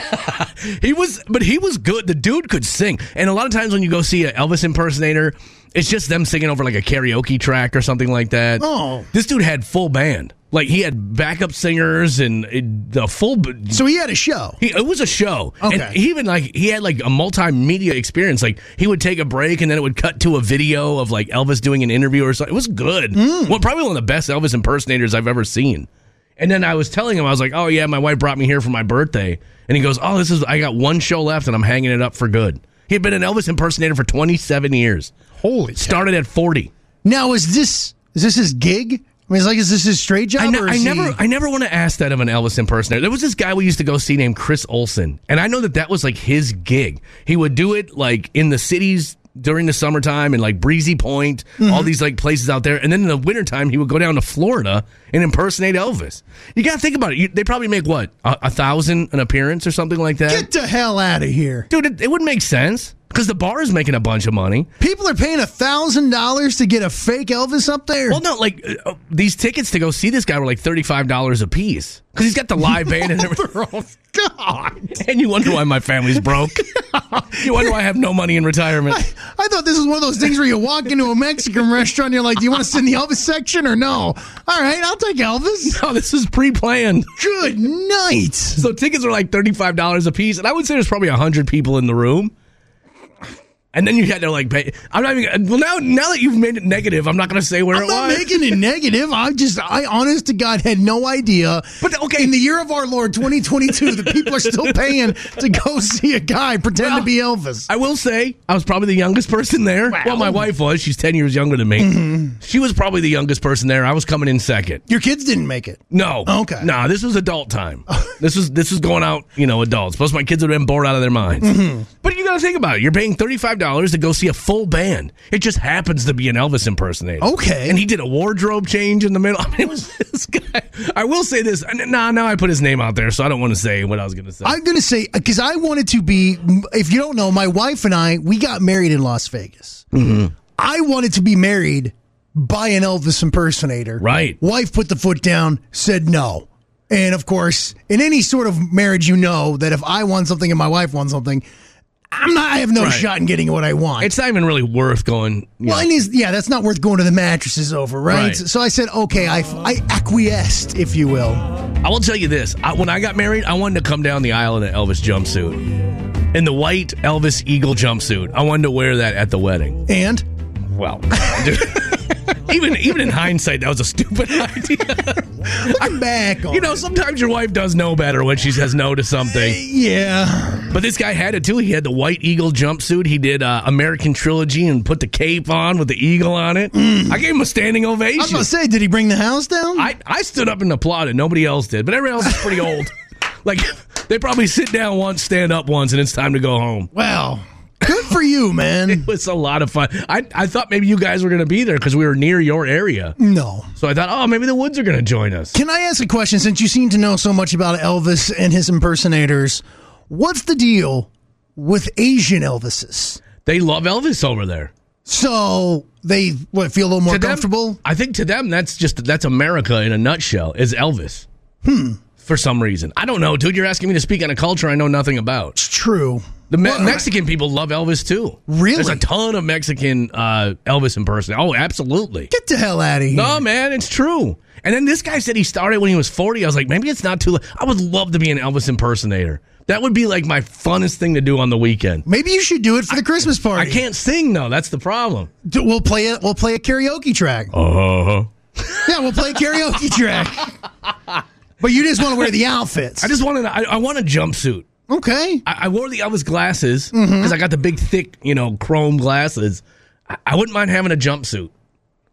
Speaker 1: He was, but he was good. The dude could sing. And a lot of times when you go see an Elvis impersonator, it's just them singing over like a karaoke track or something like that.
Speaker 2: Oh.
Speaker 1: This dude had full band. Like he had backup singers and it, the full. b-
Speaker 2: so he had a show.
Speaker 1: He, it was a show.
Speaker 2: Okay.
Speaker 1: And he even like he had like a multimedia experience. Like he would take a break and then it would cut to a video of like Elvis doing an interview or something. It was good. Well, probably one of the best Elvis impersonators I've ever seen. And then I was telling him, I was like, "Oh yeah, my wife brought me here for my birthday." And he goes, "Oh, this is I got one show left and I'm hanging it up for good." He had been an Elvis impersonator for 27 years.
Speaker 2: Holy cow.
Speaker 1: Started at 40.
Speaker 2: Now is this is this his gig? I mean, it's like is this his straight job?
Speaker 1: I, ne-
Speaker 2: or
Speaker 1: I
Speaker 2: is
Speaker 1: never,
Speaker 2: he-
Speaker 1: I never want to ask that of an Elvis impersonator. There was this guy we used to go see named Chris Olsen, and I know that that was like his gig. He would do it like in the cities during the summertime and like Breezy Point,
Speaker 2: Mm-hmm.
Speaker 1: all these like places out there, and then in the wintertime he would go down to Florida and impersonate Elvis. You got to think about it. You, they probably make what a, a thousand an appearance or something like that.
Speaker 2: get the hell out of here.
Speaker 1: Dude, it, it wouldn't make sense because the bar is making a bunch of money.
Speaker 2: People are paying a thousand dollars to get a fake Elvis up there.
Speaker 1: Well, no, like uh, uh, these tickets to go see this guy were like thirty five dollars a piece because he's got the live band and everything.
Speaker 2: God,
Speaker 1: And you wonder why my family's broke. you wonder why I have no money in retirement.
Speaker 2: I thought this was one of those things where you walk into a Mexican restaurant, and you're like, "Do you want to sit in the Elvis section or no?" All right, I'll take Elvis.
Speaker 1: No, Oh, this is pre-planned.
Speaker 2: Good night.
Speaker 1: So tickets are like thirty-five dollars a piece, and I would say there's probably hundred people in the room. And then you had to like pay. I'm not even. Well, now now that you've made it negative, I'm not going to say where
Speaker 2: I'm
Speaker 1: it
Speaker 2: not
Speaker 1: was.
Speaker 2: making it negative. I just, I honest to God had no idea.
Speaker 1: But, okay.
Speaker 2: in the year of our Lord 2022, the people are still paying to go see a guy pretend to be Elvis.
Speaker 1: I will say I was probably the youngest person there. Well, my wife was. She's ten years younger than me. She was probably the youngest person there. I was coming in second.
Speaker 2: Your kids didn't make it.
Speaker 1: No.
Speaker 2: Okay.
Speaker 1: Nah, this was adult time. this was this was going out, you know, adults. Plus, my kids would have been bored out of their minds.
Speaker 2: Mm-hmm.
Speaker 1: But you got to think about it. You're paying thirty five dollars to go see a full band. It just happens to be an Elvis impersonator.
Speaker 2: Okay.
Speaker 1: And he did a wardrobe change in the middle. I mean, it was this guy. I will say this. and Nah, now I put his name out there, so I don't want to say what I was going to say.
Speaker 2: I'm going to say, because I wanted to be, if you don't know, my wife and I, we got married in Las Vegas.
Speaker 1: Mm-hmm.
Speaker 2: I wanted to be married by an Elvis impersonator.
Speaker 1: Right.
Speaker 2: Wife put the foot down, said no. And of course, in any sort of marriage, you know that if I want something and my wife wants something, I'm not, I have no
Speaker 1: Right.
Speaker 2: shot in getting what I want.
Speaker 1: it's not even really worth going. you
Speaker 2: Well,
Speaker 1: know.
Speaker 2: and he's, yeah, that's not worth going to the mattresses over, right?
Speaker 1: Right.
Speaker 2: So I said, okay, I, I acquiesced, if you will.
Speaker 1: I will tell you this. I, when I got married, I wanted to come down the aisle in an Elvis jumpsuit, in the white Elvis eagle jumpsuit. I wanted to wear that at the wedding.
Speaker 2: And
Speaker 1: Well, dude, even even in hindsight, that was a stupid idea.
Speaker 2: I'm back on.
Speaker 1: you know, sometimes your wife does know better when she says no to something.
Speaker 2: yeah.
Speaker 1: But this guy had it too. He had the white eagle jumpsuit. He did uh, American trilogy and put the cape on with the eagle on it. I gave him a standing
Speaker 2: I was
Speaker 1: ovation.
Speaker 2: going to say, did he bring the house down?
Speaker 1: I, I stood up and applauded. Nobody else did, but everyone else is pretty old. Like they probably sit down once, stand up once, and it's time to go home.
Speaker 2: well, good for you, man.
Speaker 1: It was a lot of fun. I, I thought maybe you guys were going to be there because we were near your area.
Speaker 2: No.
Speaker 1: So I thought, oh, maybe the woods are going to join us.
Speaker 2: Can I ask a question since you seem to know so much about Elvis and his impersonators? What's the deal with Asian Elvises?
Speaker 1: They love Elvis over there.
Speaker 2: So they what, feel a little more
Speaker 1: To them-
Speaker 2: comfortable?
Speaker 1: I think to them that's just that's America in a nutshell is Elvis. Hmm. For some reason, I don't know, dude. You're asking me to speak on a culture I know nothing about.
Speaker 2: It's true.
Speaker 1: The Me-
Speaker 2: Well,
Speaker 1: Mexican people love Elvis too.
Speaker 2: Really?
Speaker 1: There's a ton of Mexican uh, Elvis impersonators. Oh, absolutely.
Speaker 2: Get the hell out of here.
Speaker 1: No, man, it's true. And then this guy said he started when he was 40. I was like, maybe it's not too. Late. I would love to be an Elvis impersonator. That would be like my funnest thing to do on the weekend.
Speaker 2: Maybe you should do it for the Christmas
Speaker 1: I
Speaker 2: party.
Speaker 1: can't sing though. That's the problem.
Speaker 2: D- We'll play it. We'll play a karaoke track.
Speaker 1: Uh
Speaker 2: Uh-huh.
Speaker 1: huh.
Speaker 2: Yeah, we'll play a karaoke track. But you just want to wear the outfits.
Speaker 1: I just wanted. I, I want a jumpsuit.
Speaker 2: okay.
Speaker 1: I, I wore the Elvis glasses because I got the big, thick, you know, chrome glasses. I, I wouldn't mind having a jumpsuit.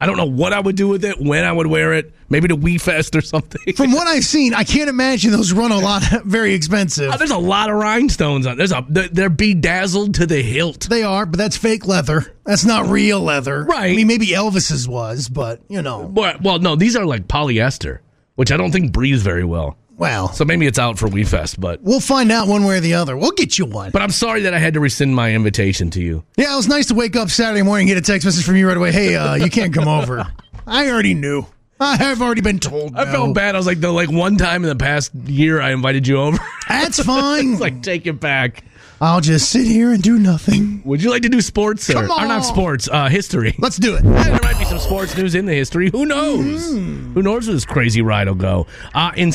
Speaker 1: I don't know what I would do with it, when I would wear it, maybe to Wee Fest or something.
Speaker 2: From what I've seen, I can't imagine those run a lot very expensive.
Speaker 1: Oh, there's a lot of rhinestones on. There's a they're, they're bedazzled to the hilt.
Speaker 2: They are, but that's fake leather. That's not real leather.
Speaker 1: Right.
Speaker 2: I mean, maybe Elvis's was, but you know,
Speaker 1: But, well, no, these are like polyester, which I don't think breathes very well.
Speaker 2: well,
Speaker 1: So maybe it's out for Wee Fest, but
Speaker 2: we'll find out one way or the other. We'll get you one.
Speaker 1: but I'm sorry that I had to rescind my invitation to you.
Speaker 2: Yeah, it was nice to wake up Saturday morning and get a text message from you right away. Hey, uh, you can't come over. I already knew. I've already been told.
Speaker 1: I
Speaker 2: no.
Speaker 1: felt bad. I was like, the like one time in the past year, I invited you over.
Speaker 2: That's fine.
Speaker 1: it's like, take it back.
Speaker 2: I'll just sit here and do nothing.
Speaker 1: Would you like to do sports? Or,
Speaker 2: Come
Speaker 1: or not
Speaker 2: on.
Speaker 1: sports? Uh, history.
Speaker 2: Let's do it.
Speaker 1: There might be some sports news in the history. Who knows?
Speaker 2: Hmm.
Speaker 1: Who knows where this crazy ride will go? Uh, in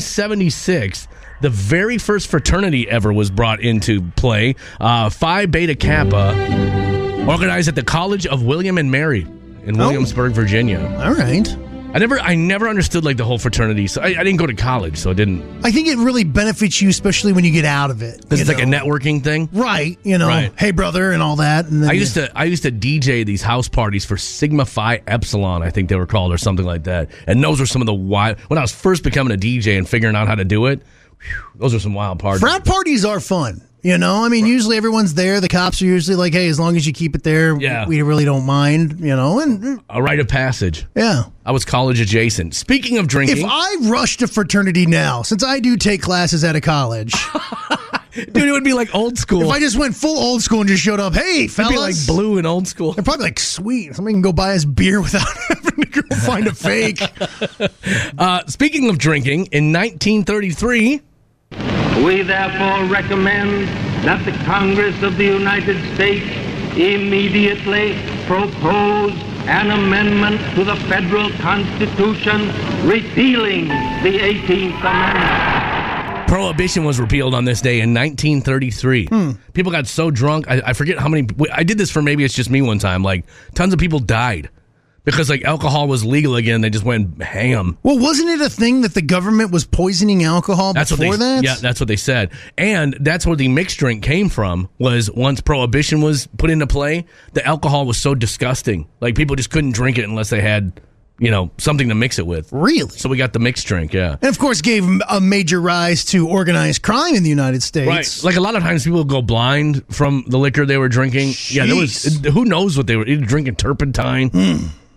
Speaker 1: 1776, the very first fraternity ever was brought into play. Uh, Phi Beta Kappa, organized at the College of William and Mary in
Speaker 2: Oh.
Speaker 1: Williamsburg, Virginia.
Speaker 2: All right.
Speaker 1: I never, I never understood like the whole fraternity. So I, I didn't go to college, so I didn't.
Speaker 2: I think it really benefits you, especially when you get out of it.
Speaker 1: This
Speaker 2: you
Speaker 1: is like a
Speaker 2: know?
Speaker 1: networking thing.
Speaker 2: Right. You know,
Speaker 1: Right.
Speaker 2: hey, brother, and all that. And then
Speaker 1: I used
Speaker 2: you-
Speaker 1: to I used to DJ these house parties for Sigma Phi Epsilon, I think they were called, or something like that. And those were some of the wild. When I was first becoming a DJ and figuring out how to do it, whew, those were some wild parties.
Speaker 2: Frat parties are fun. You know, I mean, usually everyone's there. The cops are usually like, hey, as long as you keep it there,
Speaker 1: Yeah.
Speaker 2: we really don't mind, you know, and mm,
Speaker 1: A rite of passage.
Speaker 2: yeah.
Speaker 1: I was college adjacent. Speaking of
Speaker 2: If
Speaker 1: drinking,
Speaker 2: I rushed a fraternity now, since I do take classes out of college,
Speaker 1: dude, it would be like old
Speaker 2: if
Speaker 1: school.
Speaker 2: I
Speaker 1: It'd
Speaker 2: just went full old school and just showed up, hey, fellas,
Speaker 1: be like blue and old school.
Speaker 2: they're probably like, sweet, somebody can go buy us beer without having to go find a fake.
Speaker 1: Uh, speaking of drinking, in 1933,
Speaker 10: We therefore recommend that the Congress of the United States immediately propose an amendment to the federal constitution repealing the 18th Amendment.
Speaker 1: prohibition was repealed on this day in 1933. People got so drunk. I, I forget how many. I did this for maybe it's just me one time. Like tons of people died because like alcohol was legal again. They just went ham.
Speaker 2: well, wasn't it a thing that the government was poisoning alcohol
Speaker 1: That's
Speaker 2: before
Speaker 1: what they,
Speaker 2: that?
Speaker 1: Yeah, that's what they said. And that's where the mixed drink came from was once prohibition was put into play, the alcohol was so disgusting. Like people just couldn't drink it unless they had, you know, something to mix it with.
Speaker 2: Really?
Speaker 1: So we got the mixed drink, yeah.
Speaker 2: and of course gave a major rise to organized crime in the United States.
Speaker 1: Right. Like a lot of times people go blind from the liquor they were drinking. Yeah, there was
Speaker 2: Jeez. Hmm.
Speaker 1: who knows what they were either drinking turpentine.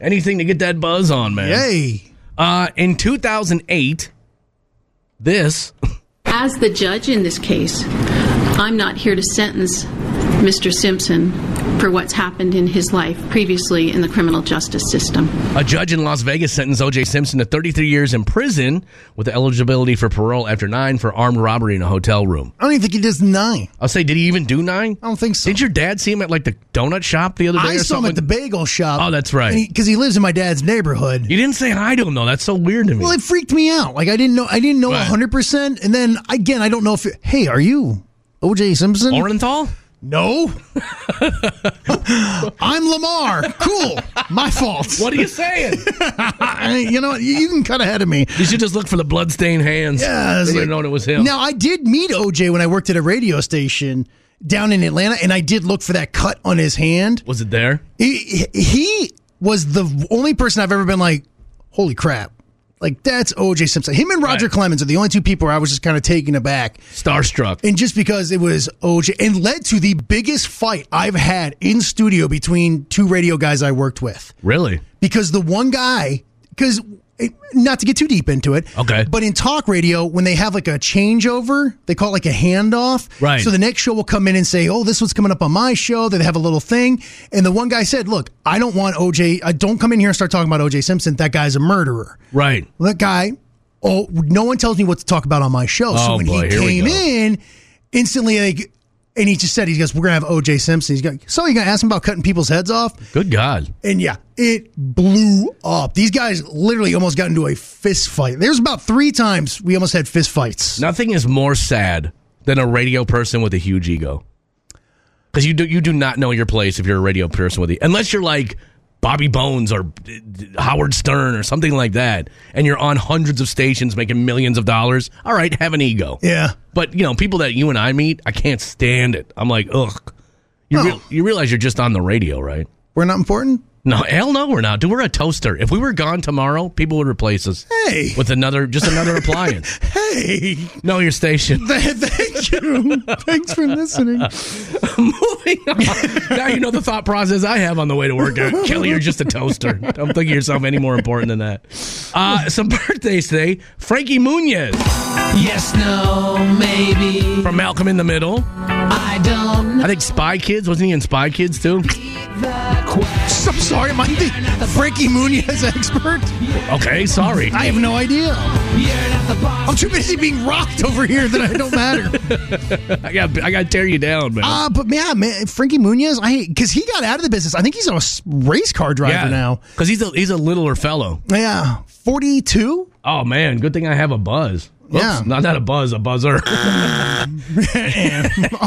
Speaker 1: Anything to get that buzz on, man.
Speaker 2: Yay.
Speaker 1: Uh in 2008 this
Speaker 11: As the judge in this case, I'm not here to sentence Mr. Simpson for what's happened in his life previously in the criminal justice system.
Speaker 1: a judge in Las Vegas sentenced OJ Simpson to 33 years in prison with eligibility for parole after 9 for armed robbery in a hotel room.
Speaker 2: I don't even think he does nine.
Speaker 1: I'll say did he even do 9?
Speaker 2: I don't think so.
Speaker 1: Did your dad see him at like the donut shop the other day
Speaker 2: Oh, I
Speaker 1: or
Speaker 2: saw him
Speaker 1: something?
Speaker 2: at the bagel shop.
Speaker 1: Oh, that's right.
Speaker 2: Because he, lives in my dad's neighborhood.
Speaker 1: you didn't say hi to him though. That's so weird to me.
Speaker 2: Well, it freaked me out. Like I didn't know. I didn't know
Speaker 1: Right.
Speaker 2: hundred percent. And then again, I don't know if. It, hey, are you OJ Simpson?
Speaker 1: Orenthal?
Speaker 2: no. I'm Lamar. Cool. My fault.
Speaker 1: What are you saying?
Speaker 2: I- you know, what? you, you can cut ahead of me.
Speaker 1: You should just look for the bloodstained hands.
Speaker 2: Yeah, it's
Speaker 1: Then you'd
Speaker 2: like-
Speaker 1: have known it was him.
Speaker 2: Now I did meet OJ when I worked at a radio station down in Atlanta, and I did look for that cut on his hand.
Speaker 1: was it there?
Speaker 2: He, he was the only person I've ever been like, holy crap. Like that's OJ Simpson. Him and Roger
Speaker 1: Right.
Speaker 2: Clemens are the only two people where I was just kind of taken aback.
Speaker 1: Starstruck.
Speaker 2: And just because it was OJ and led to the biggest fight I've had in studio between two radio guys I worked with
Speaker 1: Really?
Speaker 2: because the one guy because not to get too deep into it
Speaker 1: Okay.
Speaker 2: but in talk radio when they have like a changeover they call it like a handoff
Speaker 1: Right.
Speaker 2: so the next show will come in and say oh this was coming up on my show they have a little thing and the one guy said look i don't want oj i don't come in here and start talking about oj simpson that guy's a murderer
Speaker 1: Right.
Speaker 2: well, that guy, oh, no one tells me what to talk about on my show.
Speaker 1: Oh,
Speaker 2: so when
Speaker 1: boy,
Speaker 2: he
Speaker 1: here we
Speaker 2: came
Speaker 1: go.
Speaker 2: in, instantly, like, and he just said, he goes, we're going to have OJ Simpson. He's going, so you going to ask him about cutting people's heads off?
Speaker 1: Good God.
Speaker 2: And yeah, it blew up. These guys literally almost got into a fist fight. There's about three times we almost had fist fights.
Speaker 1: Nothing is more sad than a radio person with a huge ego. Because you do you do not know your place if you're a radio person with the unless you're like Bobby Bones or uh, Howard Stern or something like that, and you're on hundreds of stations making millions of dollars. All right, have an ego.
Speaker 2: Yeah.
Speaker 1: But you know, people that you and I meet, I can't stand it. I'm like, ugh. You,
Speaker 2: No.
Speaker 1: real you realize you're just on the radio, right?
Speaker 2: We're not important?
Speaker 1: No, hell no, we're not. Dude, we're a toaster. If we were gone tomorrow, people would replace us
Speaker 2: Hey.
Speaker 1: with another, just another appliance.
Speaker 2: Hey.
Speaker 1: Know your station.
Speaker 2: Thank you. Thanks for listening.
Speaker 1: Moving on. Now you know the thought process I have on the way to work. Kelly, you're just a toaster. Don't think of yourself any more important than that. Uh, some birthdays today. Frankie Muniz
Speaker 10: Yes, no, maybe,
Speaker 1: from Malcolm in the Middle.
Speaker 10: I don't
Speaker 1: I think Spy Kids. Wasn't he in Spy Kids too?
Speaker 2: I'm sorry, am I the Frankie Muniz expert?
Speaker 1: Okay, sorry.
Speaker 2: I have no idea. I'm too busy being rocked over here that I don't matter.
Speaker 1: I got I got to tear you down, man.
Speaker 2: Uh, but yeah, man, Frankie Muniz, I because he got out of the business. I think he's a s- race car driver now.
Speaker 1: because he's a he's a littler fellow.
Speaker 2: Yeah, 42.
Speaker 1: Oh man, good thing I have a buzz. Oops,
Speaker 2: Yeah.
Speaker 1: not not a buzz, a buzzer.
Speaker 2: oh,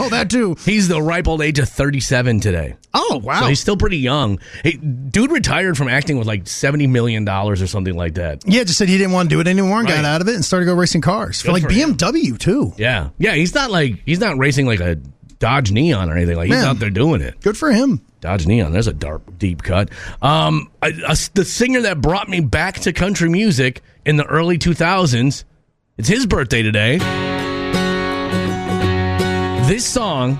Speaker 2: that too.
Speaker 1: He's the ripe old age of 37 today.
Speaker 2: Oh wow,
Speaker 1: So he's still pretty young. Hey, dude retired from acting with like 70 million dollars or something like that.
Speaker 2: yeah, just said he didn't want to do it anymore and
Speaker 1: Right.
Speaker 2: got out of it and started to go racing cars for
Speaker 1: Good
Speaker 2: like
Speaker 1: for him.
Speaker 2: BMW too.
Speaker 1: Yeah. Yeah, he's not like he's not racing like a Dodge Neon or anything. Like he's
Speaker 2: Man.
Speaker 1: out there doing it.
Speaker 2: Good for him.
Speaker 1: Dodge Neon. There's a dark, deep cut. Um, I- I- the singer that brought me back to country music in the early 2000s. It's his birthday today. This song,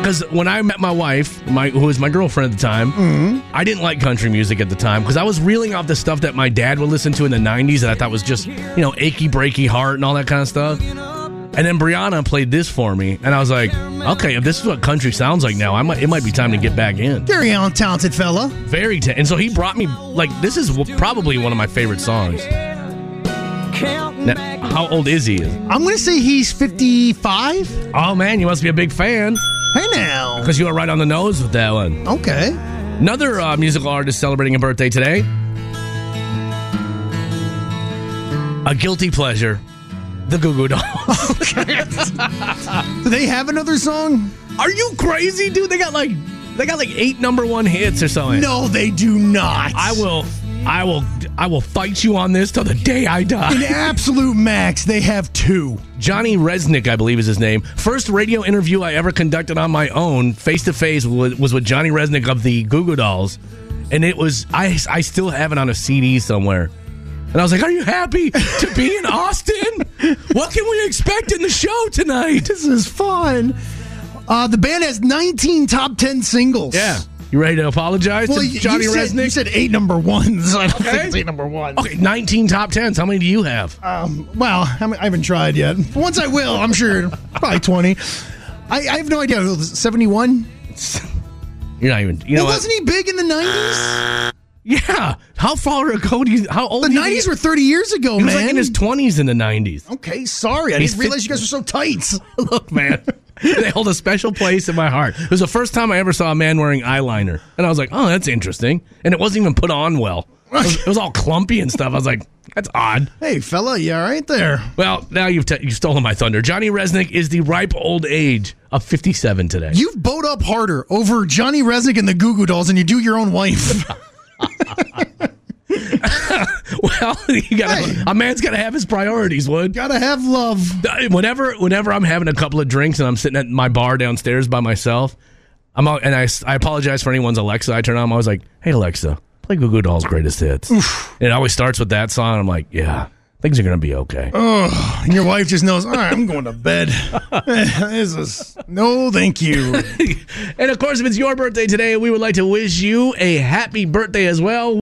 Speaker 1: because when I met my wife, my who was my girlfriend at the time, I didn't like country music at the time because I was reeling off the stuff that my dad would listen to in the 90s that I thought was just, you know, achy, breaky heart and all that kind of stuff. And then Brianna played this for me, and I was like, okay, if this is what country sounds like now, I might it might be time to get back in.
Speaker 2: Very young, talented fella.
Speaker 1: Very t- and so he brought me like this is w- probably one of my favorite songs. Now, how old is he?
Speaker 2: I'm gonna say he's 55. Hey
Speaker 1: Oh man, you must be a big fan
Speaker 2: now.
Speaker 1: because you were right on the nose with that one.
Speaker 2: Okay.
Speaker 1: Another uh, musical artist celebrating a birthday today. A guilty pleasure, the Goo Goo Dolls.
Speaker 2: Do they have another song?
Speaker 1: Are you crazy, dude? They got like they got like eight number one hits or something.
Speaker 2: No, they do not.
Speaker 1: I will, I will, I will fight you on this till the day I die.
Speaker 2: In absolute max, they have two.
Speaker 1: Johnny Resnick, I believe is his name. First radio interview I ever conducted on my own, face to face, wa- was with Johnny Resnick of the Goo Goo Dolls, and it was I. I still have it on a CD somewhere. And I was like, "Are you happy to be in Austin? What can we expect in the show tonight?"
Speaker 2: This is fun. Uh, the band has 19 top 10 singles.
Speaker 1: Yeah, you ready to apologize
Speaker 2: Well,
Speaker 1: to
Speaker 2: you,
Speaker 1: Johnny
Speaker 2: you said,
Speaker 1: Resnick?
Speaker 2: you said eight number ones. I don't think
Speaker 1: Okay.
Speaker 2: it's eight number one.
Speaker 1: okay, nineteen top tens. How many do you have?
Speaker 2: Um, well, I haven't- I haven't tried yet. But Once I will, I'm sure. Probably 20. I, I have no idea. 71?
Speaker 1: You're not even. You know
Speaker 2: well,
Speaker 1: what? Uh,
Speaker 2: wasn't he big in the 90s?
Speaker 1: Yeah. How far ago do you? How old?
Speaker 2: The
Speaker 1: do you
Speaker 2: 90s
Speaker 1: think-
Speaker 2: were 30 years ago,
Speaker 1: He was
Speaker 2: man.
Speaker 1: like in his twenties in the nineties.
Speaker 2: okay, sorry. I
Speaker 1: He's
Speaker 2: didn't realize
Speaker 1: fif-
Speaker 2: you guys were so tight.
Speaker 1: Look, man, they hold a special place in my heart. It was the first time I ever saw a man wearing eyeliner, and I was like, "Oh, that's interesting." And it wasn't even put on well. It was, it was all clumpy and stuff. I was like, "That's odd."
Speaker 2: hey, fella, you all right there?
Speaker 1: Well, now you've t- you've stolen my thunder. Johnny Resnick is the ripe old age of fifty-seven today.
Speaker 2: You've bowed up harder over Johnny Resnick and the Goo Goo Dolls than you do your own wife.
Speaker 1: well, you gotta,
Speaker 2: Hey.
Speaker 1: a man's got to have his priorities, Wood.
Speaker 2: Gotta have love.
Speaker 1: Uh, whenever whenever I'm having a couple of drinks and I'm sitting at my bar downstairs by myself, I'm out, and I, I apologize for anyone's Alexa. I turn on, I'm always like, "Hey Alexa, play Goo Goo Dolls' Greatest Hits." And it always starts with that song. I'm like, "Yeah, things are gonna be okay."
Speaker 2: Oh. And your wife just knows, all right, I'm going to bed. this is, no, thank you.
Speaker 1: and of course, if it's your birthday today, we would like to wish you a happy birthday as well.